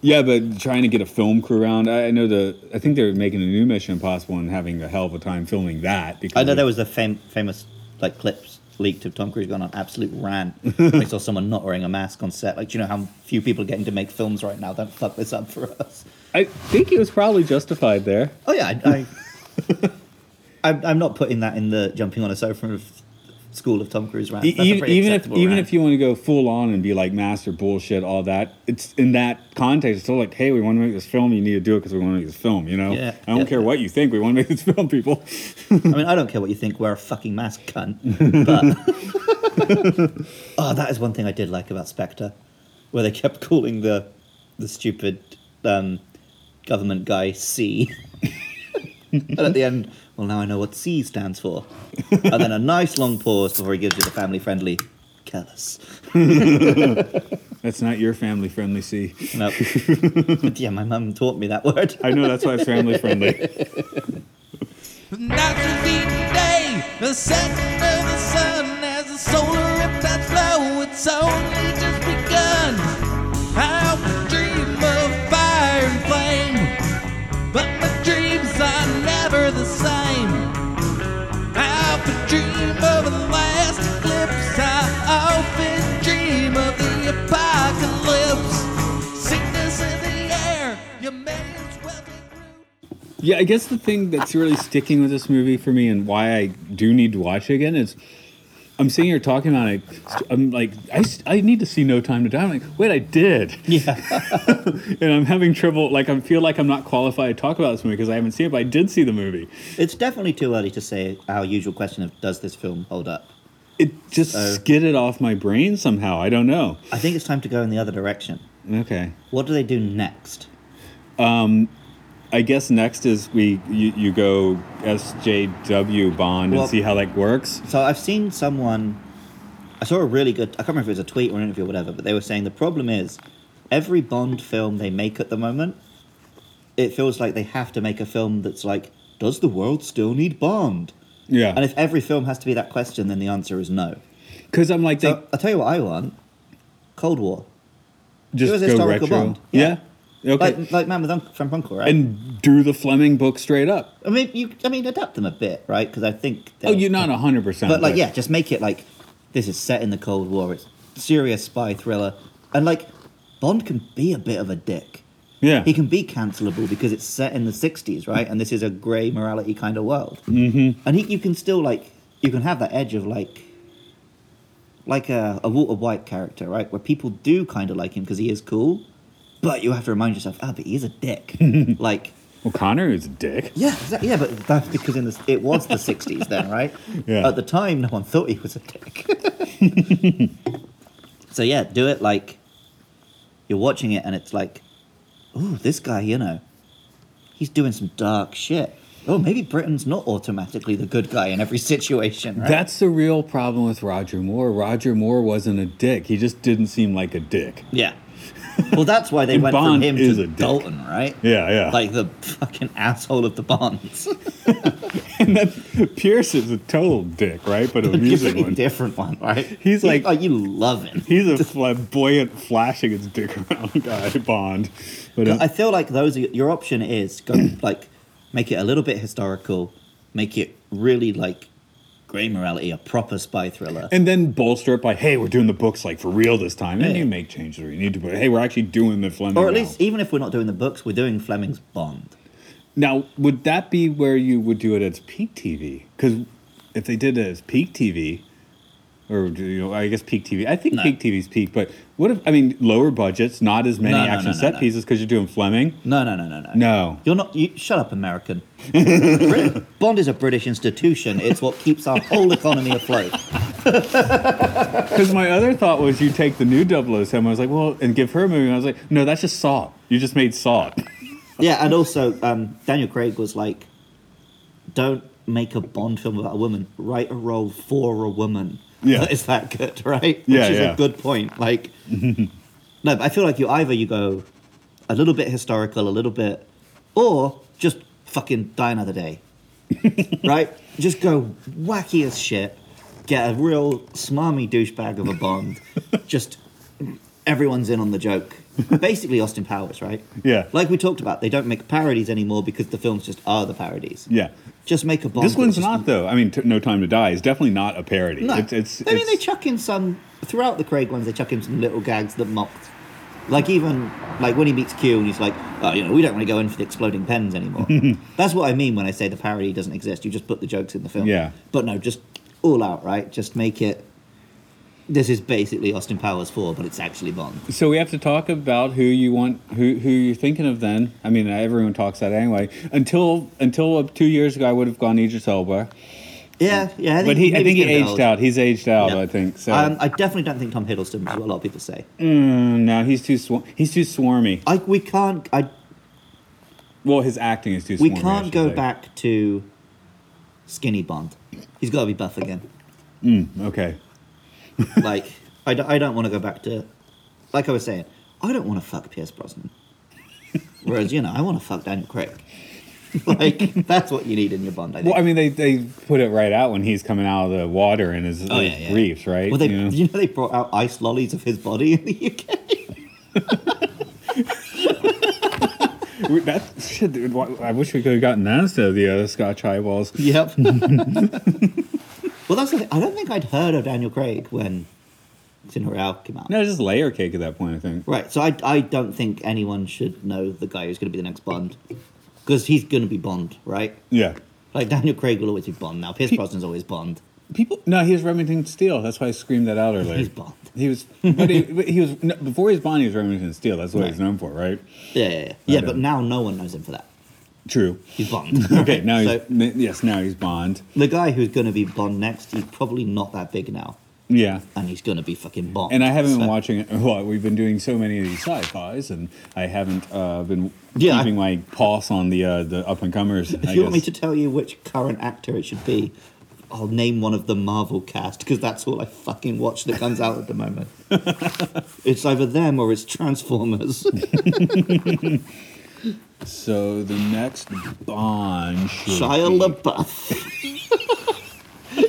S4: yeah, but trying to get a film crew around, I, I know the. I think they're making a new Mission Impossible and having a hell of a time filming that because
S3: I know
S4: of-
S3: there was the fam- famous like clips leaked of Tom Cruise going on absolute rant. I saw someone not wearing a mask on set. Like, do you know how few people are getting to make films right now? Don't fuck this up for us.
S4: I think it was probably justified there.
S3: Oh yeah, I, I
S4: [LAUGHS]
S3: I'm, I'm not putting that in the jumping on a sofa of school of Tom Cruise rant.
S4: E-
S3: That's a
S4: even
S3: pretty
S4: even if
S3: acceptable
S4: even
S3: rant.
S4: if you want to go full on and be like master bullshit, all that, it's in that context. It's still like, hey, we want to make this film. You need to do it because we want to make this film. You know,
S3: Yeah,
S4: I don't
S3: yeah.
S4: care what you think. We want to make this [LAUGHS] film, people.
S3: I mean, I don't care what you think. Wear a fucking mask, cunt. But
S4: [LAUGHS]
S3: oh, that is one thing I did like about Spectre, where they kept calling the the stupid um, government
S4: [LAUGHS]
S3: guy C. and at the end, well, now I know what C stands for. And then a nice long pause before he gives you the family friendly. Careless.
S4: That's not your family friendly. See,
S3: No. [LAUGHS] yeah, my mum taught me that word.
S4: I know that's why it's family friendly.
S5: Not to beat the day, the setting of the sun as the solar riptides flow. It's only just begun. I would dream of fire and flame, but my dreams are never the same. I would dream of the last eclipse. I often dream of the apocalypse. Sickness in the air. You may as well be rude.
S4: Yeah, I guess the thing that's really sticking with this movie for me and why I do need to watch it again is I'm sitting here talking about it. I'm like, I, s- I need to see No Time to Die. I'm like, wait, I did. [LAUGHS]
S3: Yeah. [LAUGHS]
S4: And I'm having trouble. Like, I feel like I'm not qualified to talk about this movie because I haven't seen it, but I did see the movie.
S3: it's definitely too early to say our usual question of does this film hold up?
S4: It just
S3: Uh.
S4: skidded off my brain somehow. I don't know.
S3: I think it's time to go in the other direction.
S4: Okay.
S3: What do they do next?
S4: I guess next is we you, you go SJW Bond
S3: Well-
S4: and see how that works.
S3: So I've seen someone. I saw a really good. I can't remember if it was a tweet or an interview or whatever, but they were saying the problem is every Bond film they make at the moment, it feels like they have to make a film that's like, does the world still need Bond?
S4: Yeah.
S3: And if every film has to be that question, then the answer is no.
S4: Because I'm like, they
S3: So I'll tell you what I want Cold War.
S4: just
S3: it was
S4: go
S3: historical
S4: retro.
S3: Bond,
S4: Yeah.
S3: yeah.
S4: Okay.
S3: Like, like Man with Uncle, from Uncle, right?
S4: and do the Fleming book straight up.
S3: I mean, you. I mean, adapt them a bit, right? Because I think.
S4: Oh,
S3: they'll-
S4: you're not 100%.
S3: But like, yeah, just make it like this is set in the Cold War. It's serious spy thriller, and like Bond can be a bit of a dick.
S4: Yeah.
S3: He can be cancelable because it's set in the '60s, right? And this is a grey morality kind of world. Mm-hmm. And he, you can still like, you can have that edge of like, like a, a Walter White character, right? Where people do kind of like him because he is cool, but you have to remind yourself, ah, but he's a dick. like,
S4: Well, Connor is a dick.
S3: yeah, exactly. yeah, but that's because in the, it was the '60s then, right?
S4: [LAUGHS] Yeah.
S3: At the time, no one thought he was a dick. [LAUGHS] so yeah, do it like you're watching it, and it's like, oh, this guy, you know, he's doing some dark shit. Oh, maybe Britain's not automatically the good guy in every situation, right?
S4: That's the real problem with Roger Moore. Roger Moore wasn't a dick. He just didn't seem like a dick.
S3: yeah. Well, that's
S4: [LAUGHS]
S3: why they
S4: And
S3: went
S4: Bond
S3: from him
S4: is a
S3: to
S4: dick.
S3: Dalton, right?
S4: Yeah, yeah. [LAUGHS]
S3: Like the fucking asshole of the Bonds.
S4: Pierce is a total dick, right?
S3: [LAUGHS]
S4: But a music
S3: Completely
S4: one.
S3: different one, right?
S4: He's like-
S3: oh, you love him.
S4: He's a flamboyant, flashing his dick around [LAUGHS] guy, Bond. But uh,
S3: I feel like those are, your option is go like make it a little bit historical, make it really like grey morality, a proper spy thriller.
S4: and then bolster it by, hey, we're doing the books like for real this time. And
S3: Yeah.
S4: you make changes where you need to, but hey, we're actually doing the Fleming.
S3: or at
S4: now.
S3: least even if we're not doing the books, we're doing Fleming's Bond.
S4: Now, would that be where you would do it as peak TV? Because if they did it as peak TV, or you know, I guess peak TV. I think
S3: No.
S4: peak TV's peak, but what if I mean lower budgets, not as many
S3: No, no, no,
S4: action
S3: no,
S4: set
S3: no.
S4: pieces because you're doing Fleming.
S3: No, no, no, no, no.
S4: No.
S3: You're not. You, shut up, American. Brit- Bond is a British institution. It's what keeps our whole economy afloat.
S4: Because my other thought was you take the new 007, I was like, well, and give her a movie. And I was like, no, that's just Saw. You just made Saw. [LAUGHS]
S3: Yeah, and also um, Daniel Craig was like, "Don't make a Bond film about a woman. Write a role for a woman.
S4: Yeah.
S3: that [LAUGHS] is that good, right? Which
S4: Yeah,
S3: is
S4: yeah.
S3: a good point.
S4: [LAUGHS]
S3: Like, no, but I feel like you either you go a little bit historical, a little bit, or just fucking die
S4: [LAUGHS]
S3: another day, right? Just go wacky as shit. Get a real smarmy douchebag of
S4: [LAUGHS]
S3: a Bond. just everyone's in on the joke. Basically, Austin Powers, right?
S4: Yeah.
S3: Like we talked about, they don't make parodies anymore because the films just are the parodies.
S4: yeah.
S3: Just make a Bond.
S4: This one's
S3: that's just-
S4: not though. I mean, t- No Time to Die is definitely not a parody.
S3: No.
S4: It's, it's,
S3: I mean, they
S4: it's-
S3: chuck in some throughout the Craig ones. They chuck in some little gags that mock, like even like when he meets Q and he's like, "Oh, you know, we don't want to go in for the exploding pens
S4: [LAUGHS]
S3: anymore." That's what I mean when I say the parody doesn't exist. You just put the jokes in the film.
S4: Yeah.
S3: But no, just all out, right? Just make it. This is basically Austin Powers four, but it's actually Bond.
S4: So we have to talk about who you want, who who you're thinking of. Then I mean, everyone talks that anyway. Until until uh, two years ago, I would have gone Idris Elba,
S3: Yeah, yeah. I think
S4: but he I think he
S3: maybe he's getting a bit
S4: aged
S3: old.
S4: out. He's aged out,
S3: Yeah.
S4: I think. So
S3: Um, I definitely don't think Tom Hiddleston, which is what a lot of people say.
S4: no, he's too swa- he's too swarmy.
S3: I we can't. I
S4: Well, his acting is too.
S3: we
S4: swarmy, I
S3: can't
S4: should
S3: go
S4: say.
S3: back to skinny Bond. He's got to be buff
S4: [LAUGHS]
S3: again.
S4: Okay.
S3: like I, don't- I don't want to go back to. Like I was saying, I don't want to fuck
S4: [LAUGHS]
S3: Pierce Brosnan. Whereas you know, I want to fuck Daniel Craig. [LAUGHS] like that's what you need in your Bond. I think.
S4: Well, I mean, they, they put it right out when he's coming out of the water in his,
S3: Oh,
S4: his
S3: yeah, yeah.
S4: briefs, right?
S3: Well, they,
S4: You know?
S3: you know, they brought out ice lollies of his body in the
S4: [LAUGHS]
S3: UK.
S4: We- that shit. dude, why- I wish we could have gotten that instead of the other Scotch highballs.
S3: Yep. [LAUGHS] well, that's the thing. I don't think I'd heard of Daniel Craig when Sin Royale came out.
S4: No, it's just layer cake at that point. I think.
S3: Right, so I, I don't think anyone should know the guy who's going to be the next Bond. because he's gonna be Bond, right?
S4: Yeah.
S3: Like Daniel Craig will always be Bond now. Pierce Brosnan's always Bond.
S4: People, no, he was Remington Steele. That's why I screamed that out earlier.
S3: He's Bond.
S4: He was, but he, but he was no, before he was Bond. He was Remington Steele. That's what he's
S3: Right.
S4: known for, right?
S3: Yeah, yeah, yeah. yeah
S4: know.
S3: but now no one knows him for that.
S4: True.
S3: He's Bond.
S4: [LAUGHS] Okay, now he's
S3: so
S4: n- yes, now he's Bond.
S3: the guy who's gonna be Bond next, he's probably not that big now,
S4: Yeah.
S3: and he's gonna be fucking Bond.
S4: And I haven't been
S3: So-
S4: watching. Well, we've been doing so many of these sci-fi's, and I haven't uh, been
S3: Yeah, I-
S4: keeping my pulse on the uh, the up and comers.
S3: If you want me to tell you which current actor it should be, I'll name one of the Marvel cast because that's all I fucking watch that comes out at
S4: [LAUGHS]
S3: the moment. it's either them or it's Transformers. [LAUGHS]
S4: So the next Bond. should
S3: Shia
S4: be-
S3: LaBeouf.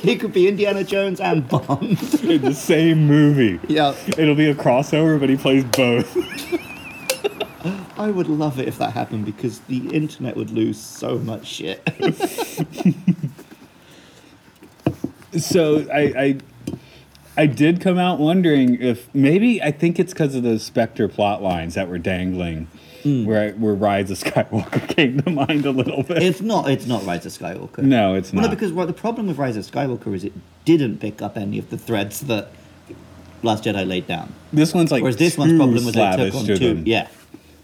S3: [LAUGHS] he could be Indiana Jones and Bond.
S4: in the same movie.
S3: [LAUGHS] yeah,
S4: It'll be a crossover, but he plays both.
S3: [LAUGHS] I would love it if that happened because the internet would lose so much shit. [LAUGHS]
S4: so I, I I did come out wondering if maybe I think it's because of those Spectre plot lines that were dangling,
S3: Hmm.
S4: where I, where Rise of Skywalker [LAUGHS] came to mind a little bit.
S3: it's not. It's not Rise of Skywalker.
S4: no, it's
S3: Well,
S4: not.
S3: no, because well, the problem with Rise of Skywalker is it didn't pick up any of the threads that Last Jedi laid down.
S4: this one's like
S3: Whereas this one's
S4: too
S3: problem was they
S4: slavish
S3: took on
S4: to
S3: two.
S4: them.
S3: Yeah.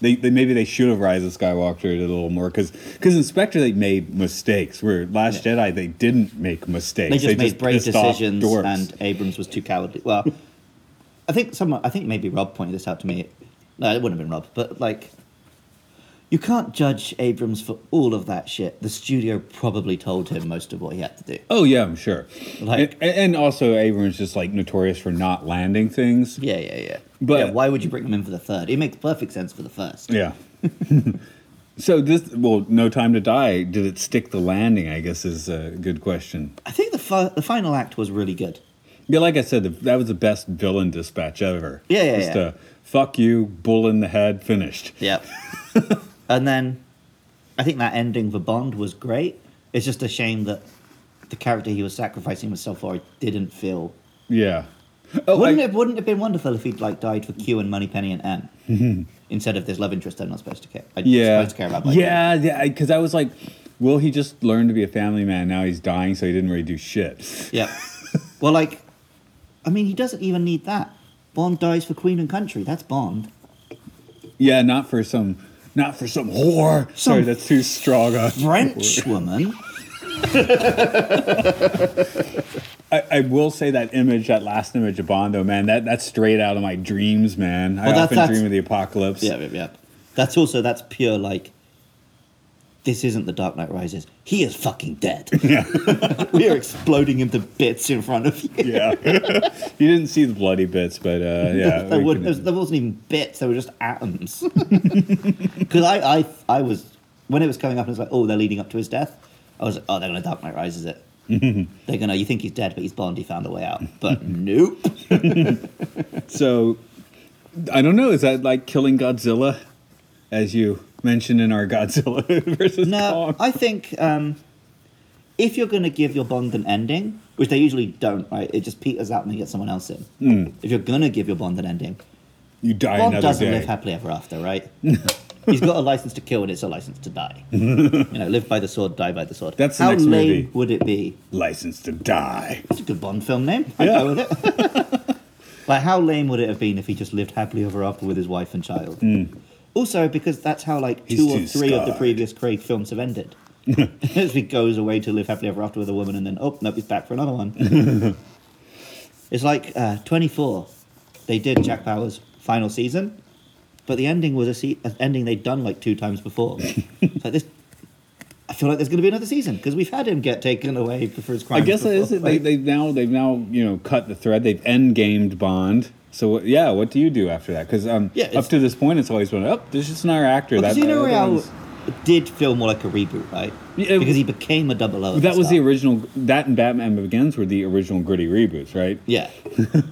S4: They, they maybe they should have Rise of Skywalker it a little more because because in Spectre they made mistakes where Last Jedi they didn't make mistakes.
S3: They just made brave
S4: pissed off
S3: decisions
S4: dorks.
S3: and Abrams was too cowardly. Well, I think someone I think maybe Rob pointed this out to me. No, it wouldn't have been Rob, but like you can't judge Abrams for all of that shit. The studio probably told him most of what he had to do.
S4: Oh yeah, I'm sure.
S3: Like-
S4: and, and also Abrams just like notorious for not landing things.
S3: Yeah, yeah, yeah.
S4: But-
S3: yeah, why would you bring him in for the third? It makes perfect sense for the first.
S4: Yeah. [LAUGHS] so this, well, No Time to Die. Did it stick the landing? I guess is a good question.
S3: I think the fi- the final act was really good.
S4: Yeah, like I said, the, that was the best villain dispatch ever.
S3: Yeah, yeah,
S4: Just
S3: yeah.
S4: a fuck you, bull in the head, finished.
S3: Yep. [LAUGHS] and then I think that ending for Bond was great. It's just a shame that the character he was sacrificing himself for didn't feel.
S4: Yeah. Oh,
S3: Wouldn't
S4: I-
S3: it wouldn't it have been wonderful if he'd like died for Q and Moneypenny and M instead of this love interest I'm not supposed to care. I'm
S4: Mm-hmm. yeah.
S3: supposed to care about. by
S4: yeah, yeah. Because I was like, will he just learn to be a family man? Now he's dying, so he didn't really do shit. [LAUGHS]
S3: then. Yep. well, like, I mean, he doesn't even need that. Bond dies for Queen and Country. That's Bond.
S4: Yeah, not for some, not for some whore. Sorry, that's too
S3: [LAUGHS]
S4: strong. A,
S3: French [LAUGHS] woman.
S4: I, I will say that image, that last image of Bondo, man, that, that's straight out of my dreams, man. I
S3: Well, that's-
S4: often
S3: that's-
S4: dream of the apocalypse.
S3: Yeah, yeah, yeah. That's also that's pure like. This isn't the Dark Knight Rises. He is fucking dead.
S4: Yeah.
S3: [LAUGHS] we are exploding into bits in front of you.
S4: Yeah. [LAUGHS] you didn't see the bloody bits, but
S3: [LAUGHS]
S4: uh, yeah.
S3: there,
S4: we
S3: wouldn't,
S4: can-
S3: there, was, not even bits. They were just atoms. [LAUGHS] Because I, I, I was when it was coming up, and it was like, oh, they're leading up to his death. I was like, oh, they're gonna Dark Knight Rises it. they're gonna. You think he's dead, but he's Bond. He found a way out. But nope.
S4: so, I don't know. Is that like killing Godzilla, as you mentioned in our Godzilla [LAUGHS] versus
S3: No,
S4: Kong?
S3: I think um, if you're going to give your Bond an ending, which they usually don't, right? It just peters out and they get someone else in. If you're going to give your Bond an ending,
S4: you die
S3: Bond
S4: another
S3: doesn't
S4: day.
S3: live happily ever after,
S4: [LAUGHS]
S3: right? He's got a license to kill and it's a license to die. you know, live by the sword, die by the sword.
S4: That's the
S3: How
S4: next
S3: lame
S4: movie.
S3: would it be?
S4: License to die.
S3: It's a good Bond film name. I
S4: Yeah.
S3: go with it. [LAUGHS] like, how lame would it have been if he just lived happily ever after with his wife and child? Also, because that's how like
S4: Hmm. He's
S3: two or
S4: too
S3: three of the
S4: scarred.
S3: previous Craig films
S4: [LAUGHS]
S3: have ended. [LAUGHS] As he goes away to live happily ever after with a woman, and then oh no, he's back for another one.
S4: [LAUGHS]
S3: it's like uh, Twenty Four. They did Jack Bauer's final season, but the ending was a se- an ending they'd done like two
S4: [LAUGHS]
S3: times before. it's like this. I feel like there's going to be another season because we've had him get taken away for his
S4: I
S3: crimes.
S4: guess that
S3: before,
S4: is it. They,
S3: right?
S4: they've now they've now you know cut the thread. They've end gamed Bond. So what- yeah, what do you do after that? Because um,
S3: Yeah,
S4: up
S3: it's-
S4: to this point, it's always been oh, this is another actor.
S3: Well,
S4: that
S3: Casino
S4: that other
S3: Royale
S4: one's-
S3: did feel more like a reboot, right?
S4: Yeah, it-
S3: because he became a double O. at
S4: That was the
S3: start.
S4: original. That and Batman Begins were the original gritty reboots, right? [LAUGHS]
S3: Yeah.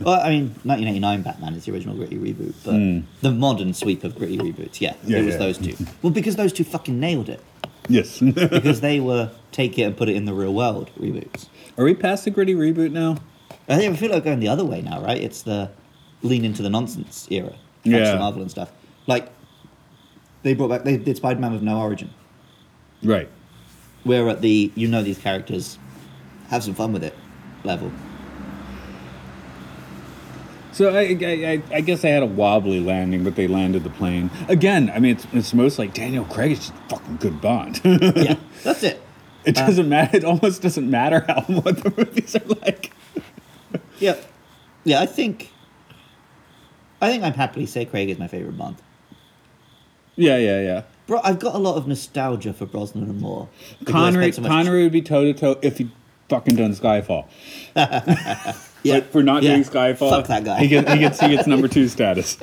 S3: well, I mean, 1989 Batman is the original gritty reboot, but
S4: Hmm.
S3: the modern sweep of gritty reboots, yeah,
S4: Yeah,
S3: it was
S4: yeah.
S3: those two. Well, because those two fucking nailed it.
S4: Yes. Are
S3: Because they were take it and put it in the real world reboots.
S4: we past the gritty reboot now?
S3: I think I feel like going the other way now, right? It's the lean into the nonsense era, thanks
S4: Yeah.
S3: to Marvel and stuff. Like they brought back they did Spider Man with no origin,
S4: Right.
S3: We're at the you know these characters, have some fun with it
S4: [LAUGHS]
S3: level.
S4: So I, I, I, I guess I had a wobbly landing, but they landed the plane again. I mean, it's, it's most like Daniel Craig is just a fucking good Bond. [LAUGHS] it
S3: Yeah, [LAUGHS] that's it.
S4: doesn't matter. It almost doesn't matter how [LAUGHS] what the movies are like.
S3: Yep. Yeah, I think. I think I'm happily say Craig is my favorite Bond.
S4: Yeah, yeah, yeah.
S3: Bro, I've got a lot of nostalgia for Brosnan and Moore. because I
S4: Connery,
S3: spent so much-
S4: Connery would be toe to toe if he fucking done Skyfall.
S3: yeah,
S4: But for not
S3: yeah.
S4: doing Skyfall,
S3: Fuck that guy.
S4: He gets he gets, he gets number two
S3: [LAUGHS]
S4: status.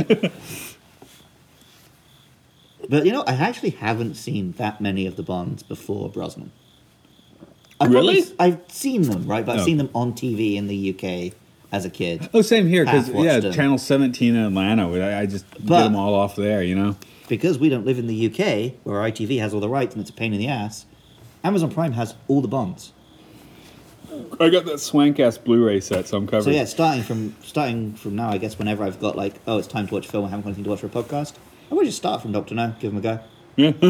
S3: But you know, I actually haven't seen that many of the Bonds before Brosnan. I've
S4: Really?
S3: probably- I've seen them, right? But I've
S4: Oh.
S3: seen them on TV in the UK as a kid.
S4: oh, same here because
S3: Half watched
S4: yeah,
S3: them.
S4: Channel Seventeen in Atlanta. I, I just get
S3: But-
S4: them all off there. You know.
S3: Because we don't live in the UK, where ITV has all the rights and it's a pain in the ass, Amazon Prime has all the Bonds.
S4: I got that swank ass Blu-ray set, so I'm covered.
S3: So yeah, starting from starting from now, I guess whenever I've got like, oh, it's time to watch a film, I haven't got anything to watch for a podcast, I would just start from Doctor No, give him a go.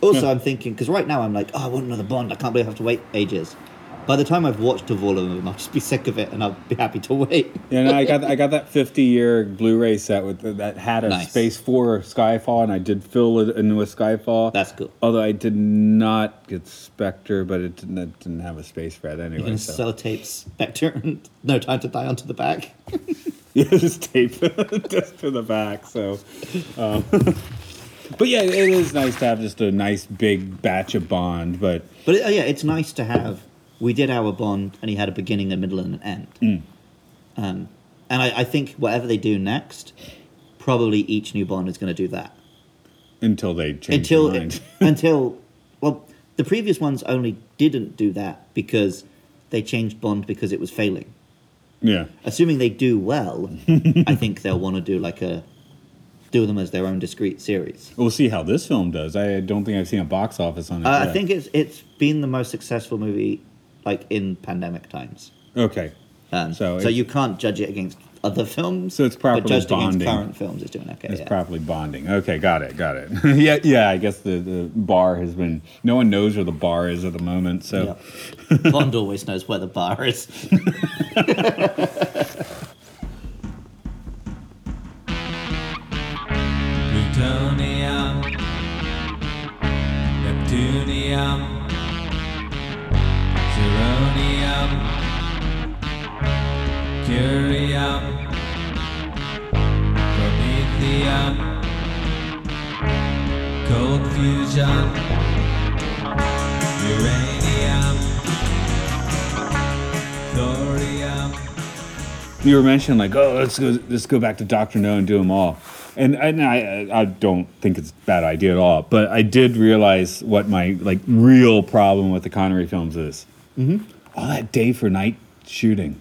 S3: also, I'm thinking because right now I'm like, oh, I want another Bond. I can't believe I have to wait ages. By the time I've watched of all of them, I'll just be sick of it, and I'll be happy to wait.
S4: Yeah, no, I got I got that fifty year Blu Ray set with that had a
S3: Nice.
S4: Space Four Skyfall, and I did fill it in with Skyfall.
S3: That's cool.
S4: Although I did not get Spectre, but it didn't, it didn't have a space for it
S3: You're
S4: anyway.
S3: gonna
S4: So
S3: sellotape Spectre and [LAUGHS] No Time to Die onto the back.
S4: [LAUGHS] yeah, just tape just to the back. So, um, [LAUGHS] but yeah, it is nice to have just a nice big batch of Bond. But
S3: But uh, yeah, it's nice to have. We did our Bond, and he had a beginning, a middle, and an end. Um, and I, I think whatever they do next, probably each new Bond is going to do that
S4: until they change
S3: until
S4: their mind,
S3: [LAUGHS] until well, the previous ones only didn't do that because they changed Bond because it was failing.
S4: [LAUGHS] yeah,
S3: Assuming they do well, I think they'll want to do like a do them as their own discrete series.
S4: we'll see how this film does. I don't think I've seen a box office on it.
S3: Uh, I
S4: yet.
S3: think it's it's been the most successful movie like in pandemic times.
S4: okay.
S3: Um,
S4: So
S3: so
S4: it's-
S3: you can't judge it against other films.
S4: So it's properly
S3: but judged
S4: bonding.
S3: against current films. It's doing okay.
S4: It's
S3: yeah.
S4: probably bonding. Okay, got it, [LAUGHS] got it. yeah, yeah. I guess the, the bar has been. No one knows where the bar is at the moment. So
S3: Yeah. Bond always knows where the bar is.
S5: Plutonium, Neptunium, Zironium, Curium, Promethium, Cold Fusion, Uranium, Thorium.
S4: you were mentioning like, oh, let's go, let's go back to Doctor No and do them all. And, and I I don't think it's a bad idea at all. But I did realize what my like real problem with the Connery films is. Mm-hmm. All that day for night shooting.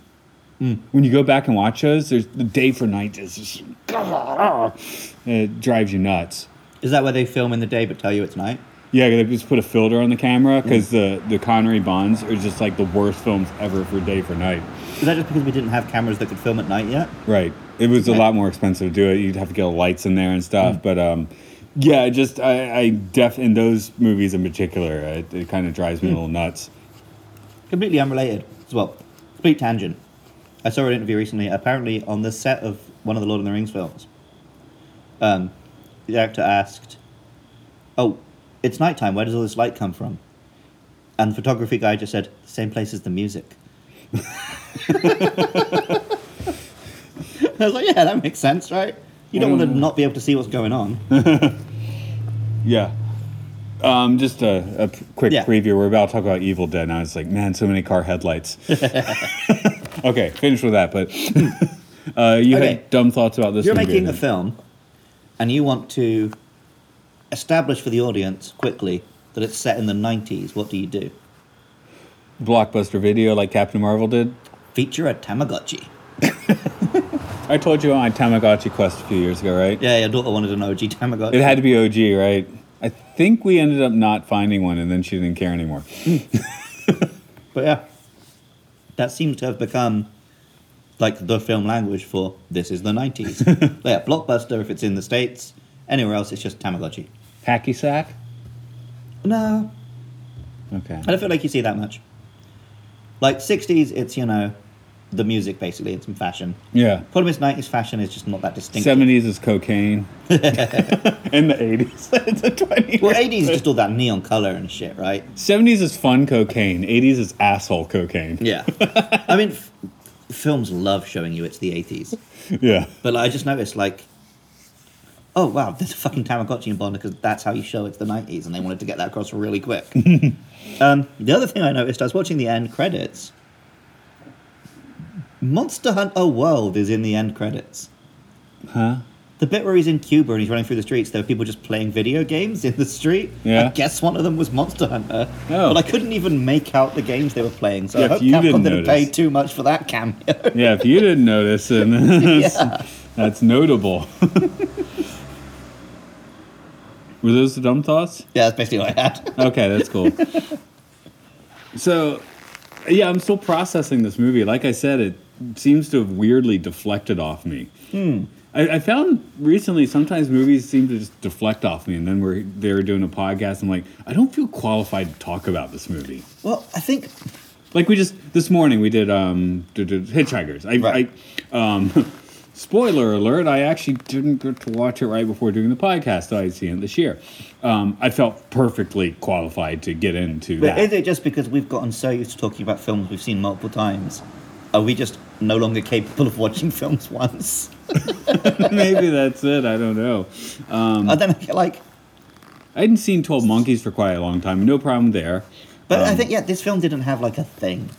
S4: When you go back and watch those, there's the day for night is just, [LAUGHS] it drives you nuts.
S3: Is that where they film in the day but tell you it's night?
S4: Yeah, they just put a filter on the camera because the the Connery Bonds are just like the worst films ever for day for night.
S3: Is that just because we didn't have cameras that could film at night yet?
S4: Right. It was a lot more expensive to do it. You'd have to get lights in
S3: Mm.
S4: there and stuff. But um, yeah, I just I, I def in those movies in particular, it, it kind of drives me
S3: Mm.
S4: a little nuts.
S3: Completely unrelated as well. Complete tangent. I saw an interview recently. Apparently, on the set of one of the Lord of the Rings films, um, the actor asked, "Oh, it's nighttime. Where does all this light come from?" And the photography guy just said, "The same place as the music." [LAUGHS] I was like, "Yeah, that makes sense, right? You don't want to not be able to see what's going on."
S4: Yeah. Um, just a, a p- quick
S3: Yeah.
S4: preview. We're about to talk about Evil Dead, and I was like, man, so many car
S3: [LAUGHS]
S4: headlights. okay, finish with that. But uh, you
S3: Okay.
S4: had dumb thoughts about this.
S3: You're
S4: movie,
S3: making a
S4: then.
S3: film, and you want to establish for the audience quickly that it's set in the 90s. What do you do?
S4: blockbuster video like Captain Marvel did.
S3: Feature a Tamagotchi.
S4: I told you on my Tamagotchi quest a few years ago, right?
S3: Yeah, your daughter wanted an OG Tamagotchi.
S4: It had to be OG, right? I think we ended up not finding one, and then she didn't care anymore.
S3: But yeah, that seems to have become like the film language for this is the 90s. yeah, blockbuster if it's in the States. Anywhere else, it's just Tamagotchi.
S4: Hacky sack?
S3: No,
S4: Okay.
S3: I don't feel like you see that much. Like 60s, it's, you know, the music basically, it's some fashion.
S4: Yeah.
S3: Problem is, 90s fashion is just not that distinct.
S4: 70s is cocaine. and the 80s. it's a 20
S3: Well, 80s is just all that neon color and shit, right?
S4: 70s is fun cocaine. 80s is asshole cocaine.
S3: Yeah. [LAUGHS] I mean, f- films love showing you it's the 80s.
S4: Yeah.
S3: But like, I just noticed, like, oh wow, there's a fucking Tamagotchi in Bond because that's how you show it's the 90s, and they wanted to get that across
S4: [LAUGHS]
S3: really quick. um, the other thing I noticed, I was watching the end credits. Monster Hunter World is in the end credits.
S4: Huh?
S3: The bit where he's in Cuba and he's running through the streets, there were people just playing video games in the street.
S4: Yeah.
S3: I guess one of them was Monster Hunter.
S4: Oh.
S3: But I couldn't even make out the games they were playing, so
S4: Yeah,
S3: I
S4: if
S3: hope
S4: you
S3: Capcom
S4: didn't
S3: didn't, pay
S4: notice.
S3: too much for
S4: [LAUGHS]
S3: that cameo. [LAUGHS]
S4: Yeah, if you didn't notice, then [LAUGHS] that's,
S3: Yeah.
S4: that's notable. [LAUGHS] Were those the dumb thoughts?
S3: yeah, that's basically what I had. [LAUGHS]
S4: Okay, that's cool. so, yeah, I'm still processing this movie. Like I said, it seems to have weirdly deflected off me. I, I found recently sometimes movies seem to just deflect off me, and then we're they were doing a podcast. I'm like, I don't feel qualified to talk about this movie.
S3: Well, I think
S4: Like we just this morning we did um did, did Hitchhikers. I,
S3: Right.
S4: I um [LAUGHS] spoiler alert, I actually didn't get to watch it right before doing the podcast. I'd seen it this year. Um, I felt perfectly qualified to get into
S3: But is
S4: [LAUGHS] that.
S3: it just because we've gotten so used to talking about films we've seen multiple times? Are we just no longer capable of watching [LAUGHS] films once?
S4: Maybe that's it. I don't know. Um,
S3: I then I feel like,
S4: I hadn't seen Twelve Monkeys for quite a long time. No problem there.
S3: but
S4: um,
S3: I think yeah, this film didn't have like a thing.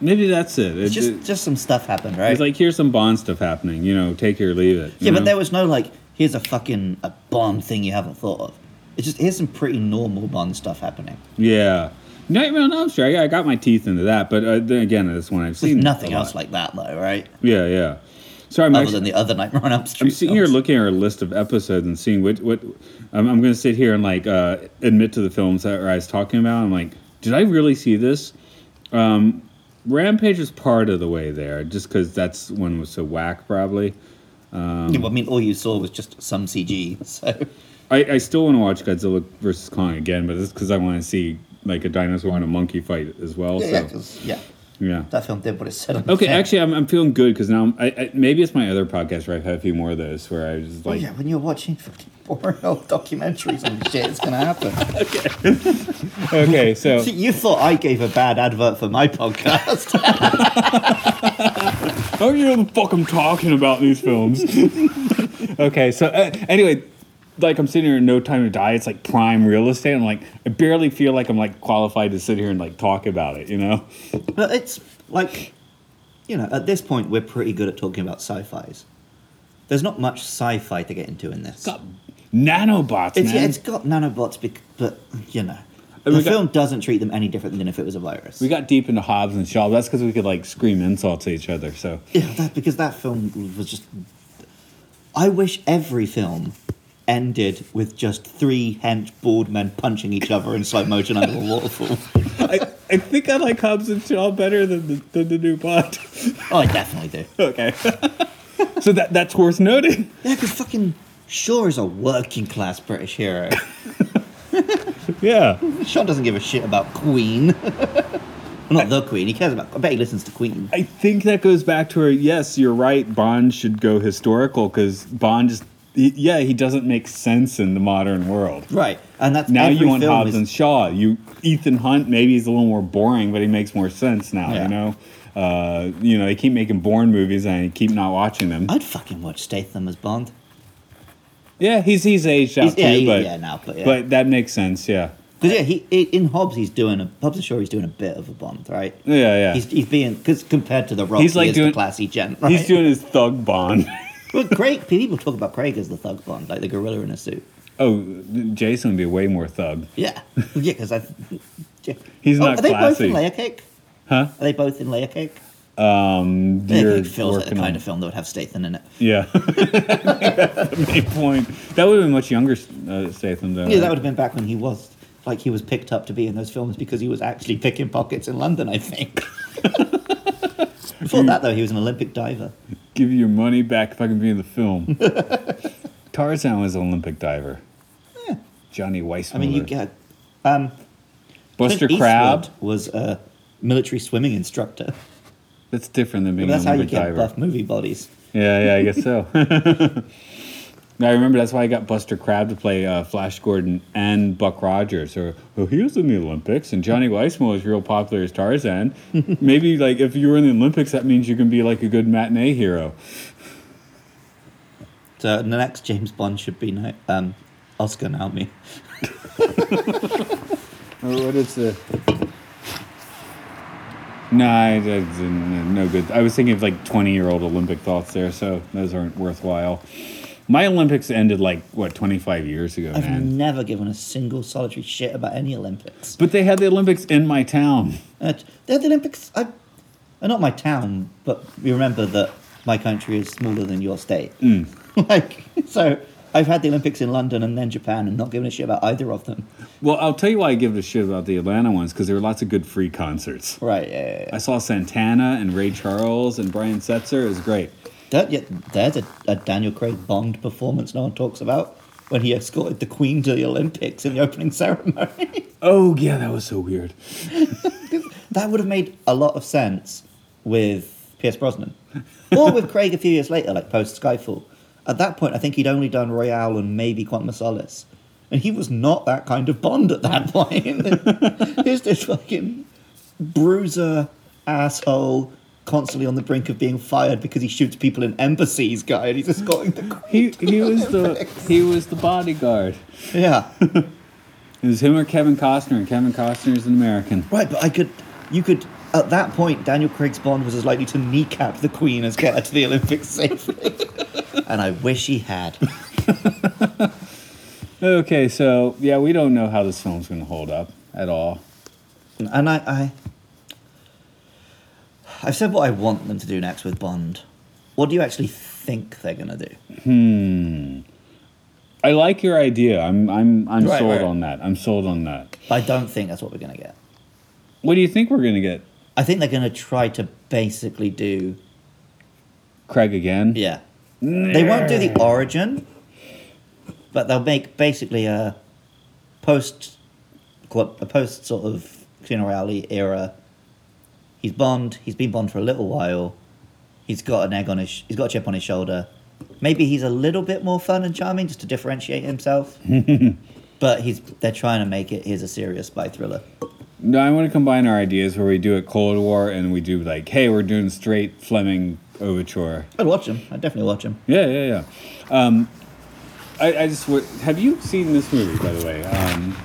S4: Maybe that's it. It-
S3: It's just
S4: it-
S3: just some stuff happened, right?
S4: it's like here's some Bond stuff happening. You know, take it or leave it. you
S3: yeah, but
S4: know?
S3: there was no like, here's a fucking a Bond thing you haven't thought of. It's just here's some pretty normal Bond stuff happening.
S4: yeah. Nightmare on Elm Street. I I got my teeth into that, but uh, then again, this one I've
S3: There's
S4: seen
S3: nothing
S4: a lot.
S3: else like that though, right?
S4: Yeah, yeah. Sorry, I'm
S3: Other
S4: actually-
S3: than the other Nightmare on Elm Street.
S4: I'm sitting here
S3: films.
S4: looking at our list of episodes and seeing what what I'm, I'm going to sit here and like uh, admit to the films that I was talking about. I'm like, did I really see this? Um, Rampage is part of the way there, just because that's one was so whack. Probably,
S3: Yeah, well, I mean, all you saw was just some CG. So [LAUGHS]
S4: I, I still want to watch Godzilla versus Kong again, but that's because I want to see like a dinosaur and a monkey fight as well.
S3: yeah,
S4: so
S3: 'cause- yeah,
S4: yeah.
S3: that film did what it said. On the
S4: Okay,
S3: tin.
S4: actually, I'm, I'm feeling good because now I'm, I, I, maybe it's my other podcast where I've had a few more of those where I was just
S3: Well,
S4: like,
S3: Oh, yeah, [LAUGHS] when you're watching fucking boring old [LAUGHS] documentaries and shit, it's gonna [LAUGHS] happen.
S4: okay, so
S3: So you thought I gave a bad advert for my podcast? [LAUGHS]
S4: I don't know the fuck I'm talking about in these [LAUGHS] films. okay, so uh, anyway, like I'm sitting here in No Time to Die. It's like prime real estate. I'm like, I barely feel like I'm like qualified to sit here and like talk about it. You know?
S3: but it's like, you know, at this point we're pretty good at talking about sci-fi's. There's not much sci-fi to get into in this.
S4: Nanobots,
S3: it's,
S4: man.
S3: yeah, it's got nanobots, bec- but you know,
S4: And
S3: the
S4: we got-
S3: film doesn't treat them any different than if it was a virus.
S4: we got deep into Hobbs and Shaw. That's because we could like scream insults at each other. So
S3: Yeah, that, because that film was just. I wish every film ended with just three hench bald men punching each other in slow motion under a
S4: [LAUGHS]
S3: waterfall.
S4: I, I think I like Hobbs and Shaw better than the, than the new bot.
S3: Oh, I definitely do.
S4: okay. so that that's worth noting. [LAUGHS]
S3: Yeah, because fucking Shaw is a working class British hero.
S4: Yeah.
S3: Shaw doesn't give a shit about Queen. [LAUGHS] well, not the Queen. He cares about. I bet he listens to Queen.
S4: I think that goes back to her. Yes, you're right. Bond should go historical because Bond just, he- yeah, he doesn't make sense in the modern world.
S3: Right, and that's
S4: Now
S3: every
S4: you want
S3: film
S4: Hobbs
S3: is-
S4: and Shaw. You Ethan Hunt. Maybe he's a little more boring, but he makes more sense now.
S3: Yeah.
S4: You know, uh, you know they keep making Bourne movies, and I keep not watching them.
S3: I'd fucking watch Statham as Bond.
S4: yeah, he's he's aged out
S3: He's- yeah,
S4: too,
S3: he-
S4: but
S3: yeah, now, but yeah.
S4: that makes sense. Yeah,
S3: Because yeah, he i- in Hobbs he's doing a Hobbs and Shaw he's doing a bit of a Bond, right?
S4: yeah, yeah.
S3: He's
S4: He's,
S3: he's being because compared to the Rock,
S4: He's,
S3: he's
S4: like,
S3: like he is
S4: doing-
S3: the classy gent. Right?
S4: doing his thug Bond. [LAUGHS]
S3: But Craig, people talk about Craig as the thug Bond, like the gorilla in a suit.
S4: oh, Jason would be way more thug. [LAUGHS]
S3: Yeah, yeah, because I. Yeah. Oh,
S4: He's not
S3: Are they both
S4: classy.
S3: in Layer Cake?
S4: Huh?
S3: Are they both in Layer Cake?
S4: Um,
S3: Layer
S4: you're
S3: Cake feels like the
S4: working
S3: kind
S4: on- Uh,
S3: of film that would have Statham in it.
S4: Yeah, [LAUGHS] I think that's the main point. That would have been much younger uh, Statham, though.
S3: Yeah, that would have been back when he was like he was picked up to be in those films because he was actually picking pockets in London,
S4: [LAUGHS]
S3: I think. Before
S4: Mm.
S3: that, though, he was an Olympic diver.
S4: give you your money back if I can be in the
S3: [LAUGHS]
S4: film. Tarzan was an Olympic diver. Johnny Weissmuller.
S3: I mean, you get. Um,
S6: Buster
S3: Clint
S6: Crab.
S3: Eastwood was a military swimming instructor.
S4: That's different than being
S3: But that's
S4: an
S3: how you
S4: Olympic
S3: get
S4: diver.
S3: buff movie bodies.
S4: Yeah, yeah, I guess
S3: [LAUGHS]
S4: so. [LAUGHS] Now I remember that's why I got Buster Crab to play uh, Flash Gordon and Buck Rogers. Or oh, he was in the Olympics, and Johnny Weissmuller was real popular as
S3: [LAUGHS]
S4: Tarzan. Maybe like if you were in the Olympics, that means you can be like a good matinee hero.
S3: So the next James Bond should be no, um, Oscar Naomi.
S4: Or Uh, what is the? No, I, I didn't- no good. I was thinking of like twenty-year-old Olympic thoughts there, so those aren't worthwhile. My Olympics ended like what twenty-five years ago,
S3: I've
S4: Oh, man.
S3: never given a single solitary shit about any Olympics.
S4: But they had the Olympics in my town.
S3: Uh, they're the Olympics. I, are not my town, but we remember that my country is smaller than your state. [LAUGHS] like so, I've had the Olympics in London and then Japan, and not given a shit about either of them.
S4: Well, I'll tell you why I give a shit about the Atlanta ones because there were lots of good free concerts.
S3: Right? Yeah, yeah, yeah.
S4: I saw Santana and Ray Charles and Brian Setzer. It was great.
S3: That, yeah, there's a, a Daniel Craig Bond performance no one talks about when he escorted the Queen to the Olympics in the opening ceremony. [LAUGHS]
S4: Oh yeah, that was so weird.
S3: that would have made a lot of sense with Pierce Brosnan [LAUGHS] or with Craig a few years later, like post Skyfall. At that point, I think he'd only done Royale and maybe Quantum of Solace. And he was not that kind of Bond at that point. [LAUGHS] He's this fucking bruiser, asshole, constantly on the brink of being fired because he shoots people in embassies guy and he's escorting the Queen.
S4: He he was the he was the bodyguard.
S3: Yeah.
S4: It was him or Kevin Costner, and Kevin Costner is an American.
S3: Right, but I could, you could, at that point, Daniel Craig's Bond was as likely to kneecap the Queen as get her to the Olympics safely. [LAUGHS] and I wish he had.
S4: Okay, so yeah, we don't know how this film's going to hold up at all.
S3: And I, I, I've said what I want them to do next with Bond. What do you actually think they're gonna do?
S4: I like your idea. I'm I'm I'm
S3: Right,
S4: sold
S3: right.
S4: on that. I'm sold on that.
S3: I don't think that's what we're gonna get.
S4: What do you think we're going to get?
S3: I think they're gonna try to basically do,
S4: Craig again?
S3: yeah. They won't do the origin, but they'll make basically a post, what a post sort of Casino Royale era. He's Bond. He's been Bond for a little while. He's got an egg on his. sh- He's got a chip on his shoulder. Maybe he's a little bit more fun and charming just to differentiate himself. but he's. They're trying to make it. Here's a serious spy thriller.
S4: No, I want to combine our ideas where we do a Cold War and we do like, hey, we're doing straight Fleming overture.
S3: I'd watch him. I'd definitely watch him.
S4: Yeah, yeah, yeah. Um, I, I just would. Have you seen this movie, by the way? Um,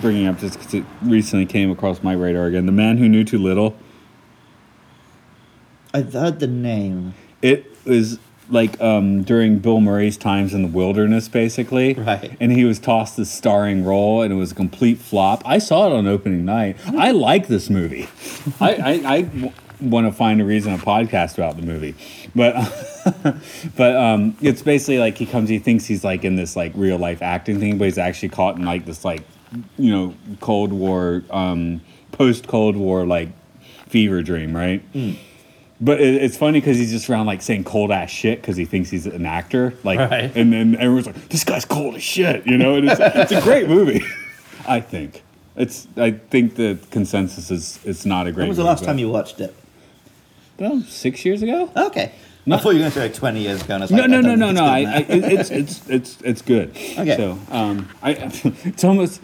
S4: bringing up this 'cause it recently came across my radar again. The Man Who Knew Too Little.
S3: I've heard the name.
S4: It was like um, during Bill Murray's times in the wilderness, basically.
S3: Right.
S4: And he was tossed this starring role, and it was a complete flop. I saw it on opening night. I like this movie. I, I, I w- want to find a reason to podcast about the movie, but [LAUGHS] but um, it's basically like he comes. He thinks he's like in this like real life acting thing, but he's actually caught in like this like you know Cold War, um, post Cold War like fever dream, right? But it, it's funny because he's just around like saying cold ass shit because he thinks he's an actor. Like,
S3: Right.
S4: and then everyone's like, "This guy's cold as shit," you know. And it's, it's a great movie, [LAUGHS] I think. It's I think the consensus is it's not a great.
S3: When was the
S4: movie,
S3: last
S4: but-
S3: time you watched it?
S4: Oh, six years ago.
S3: Okay. I thought you were going to say like 20 years ago. And I was
S4: No,
S3: like,
S4: no,
S3: I
S4: no,
S3: don't
S4: no,
S3: think
S4: no. I, I,
S3: it's good, man.
S4: it- it's it's it's it's good.
S3: Okay.
S4: So, um, I [LAUGHS] it's almost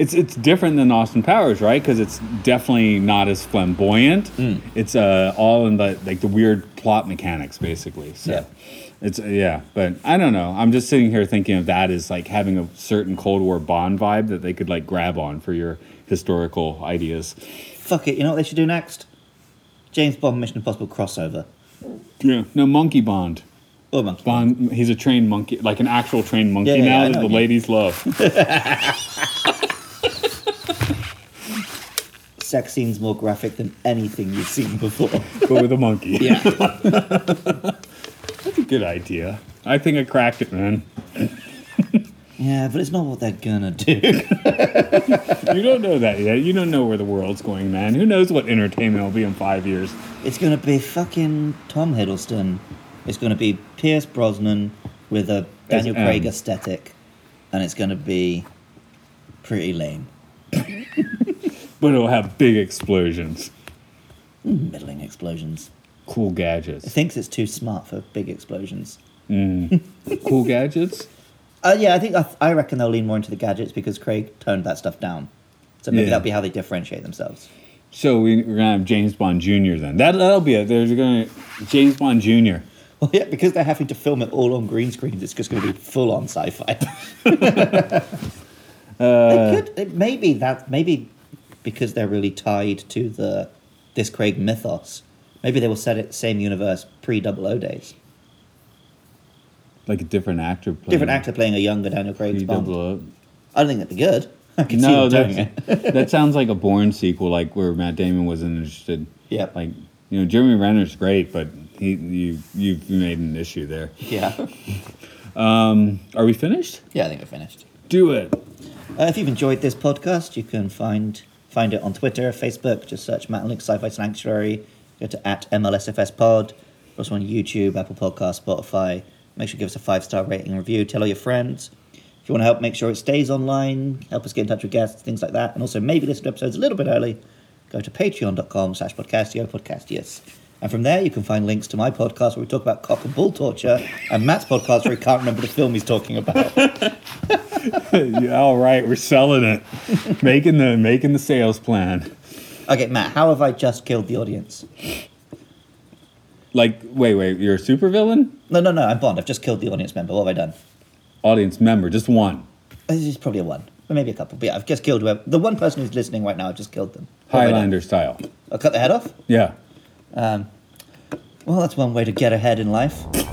S4: it's it's different than Austin Powers, right? Because it's definitely not as flamboyant.
S3: Mm.
S4: It's uh all in the like the weird plot mechanics, basically. So.
S3: Yeah.
S4: It's uh, yeah, but I don't know. I'm just sitting here thinking of that as like having a certain Cold War Bond vibe that they could like grab on for your historical ideas.
S3: Fuck it. You know what they should do next? James Bond Mission Impossible crossover. Oh,
S4: Yeah. No monkey Bond.
S3: Or Monkey Bond.
S4: Bond. He's a trained monkey, like an actual trained monkey
S3: Yeah, yeah,
S4: now
S3: I
S4: that
S3: know,
S4: the
S3: yeah.
S4: ladies love.
S3: Sex scenes more graphic than anything you've seen before.
S4: but with a monkey.
S3: yeah.
S4: [LAUGHS] That's a good idea. I think I cracked it, man.
S3: Yeah, but it's not what they're gonna do. [LAUGHS]
S4: You don't know that yet. You don't know where the world's going, man. Who knows what entertainment will be in five years?
S3: It's gonna be fucking Tom Hiddleston. It's gonna be Pierce Brosnan with a Daniel
S4: As M.
S3: Craig aesthetic. And it's gonna be pretty lame.
S4: but it'll have big explosions,
S3: Middling explosions.
S4: cool
S3: It
S4: gadgets,
S3: thinks it's too smart for big explosions.
S4: cool gadgets.
S3: Uh, yeah, I think I, I reckon they'll lean more into the gadgets because Craig toned that stuff down. So maybe
S4: Yeah.
S3: that'll be how they differentiate themselves.
S4: So we, we're gonna have James Bond Jr. Then that that'll be it. There's gonna James Bond Jr.
S3: Well, yeah, because they're having to film it all on green screens, it's just going to be full on [LAUGHS] sci-fi. Uh, they could, it, maybe that, maybe because they're really tied to the this Craig mythos. Maybe they will set it same universe pre 00 days.
S4: like a different actor. Playing
S3: Different actor playing a younger Daniel Craig's
S4: He
S3: Bond.
S4: double up.
S3: I don't think that'd be good. [LAUGHS] I can
S4: No,
S3: see them doing
S4: that
S3: it.
S4: that sounds like a Bourne sequel, like where Matt Damon wasn't interested.
S3: [LAUGHS] Yeah.
S4: like you know, Jeremy Renner's great, but he you you've made an issue there.
S3: Yeah,
S4: Are we finished?
S3: yeah, I think we're finished.
S4: Do it.
S3: Uh, if you've enjoyed this podcast, you can find find it on Twitter, Facebook. Just search Matt and Luke Sci-Fi Sanctuary. Go to at MLSFS Pod. We're also on YouTube, Apple Podcast, Spotify. Make sure you give us a five star rating and review. Tell all your friends. If you want to help make sure it stays online, help us get in touch with guests, things like that, and also maybe listen to episodes a little bit early, go to patreon.com slash podcastio podcastius. And from there, you can find links to my podcast where we talk about cock and bull torture and Matt's podcast where he can't remember the film he's talking about.
S4: yeah, all right, we're selling it, making the making the sales plan.
S3: Okay, Matt, how have I just killed the audience?
S4: Like, wait, wait, you're a supervillain
S3: No, no, no, I'm Bond. I've just killed the audience member. What have I done?
S4: audience member, just one.
S3: This is probably a one, or maybe a couple. But yeah, I've just killed whoever. The one person who's listening right now, I've just killed them. What have I done?
S4: Highlander style.
S3: I'll cut the head off?
S4: Yeah.
S3: Well, that's one way to get ahead in life.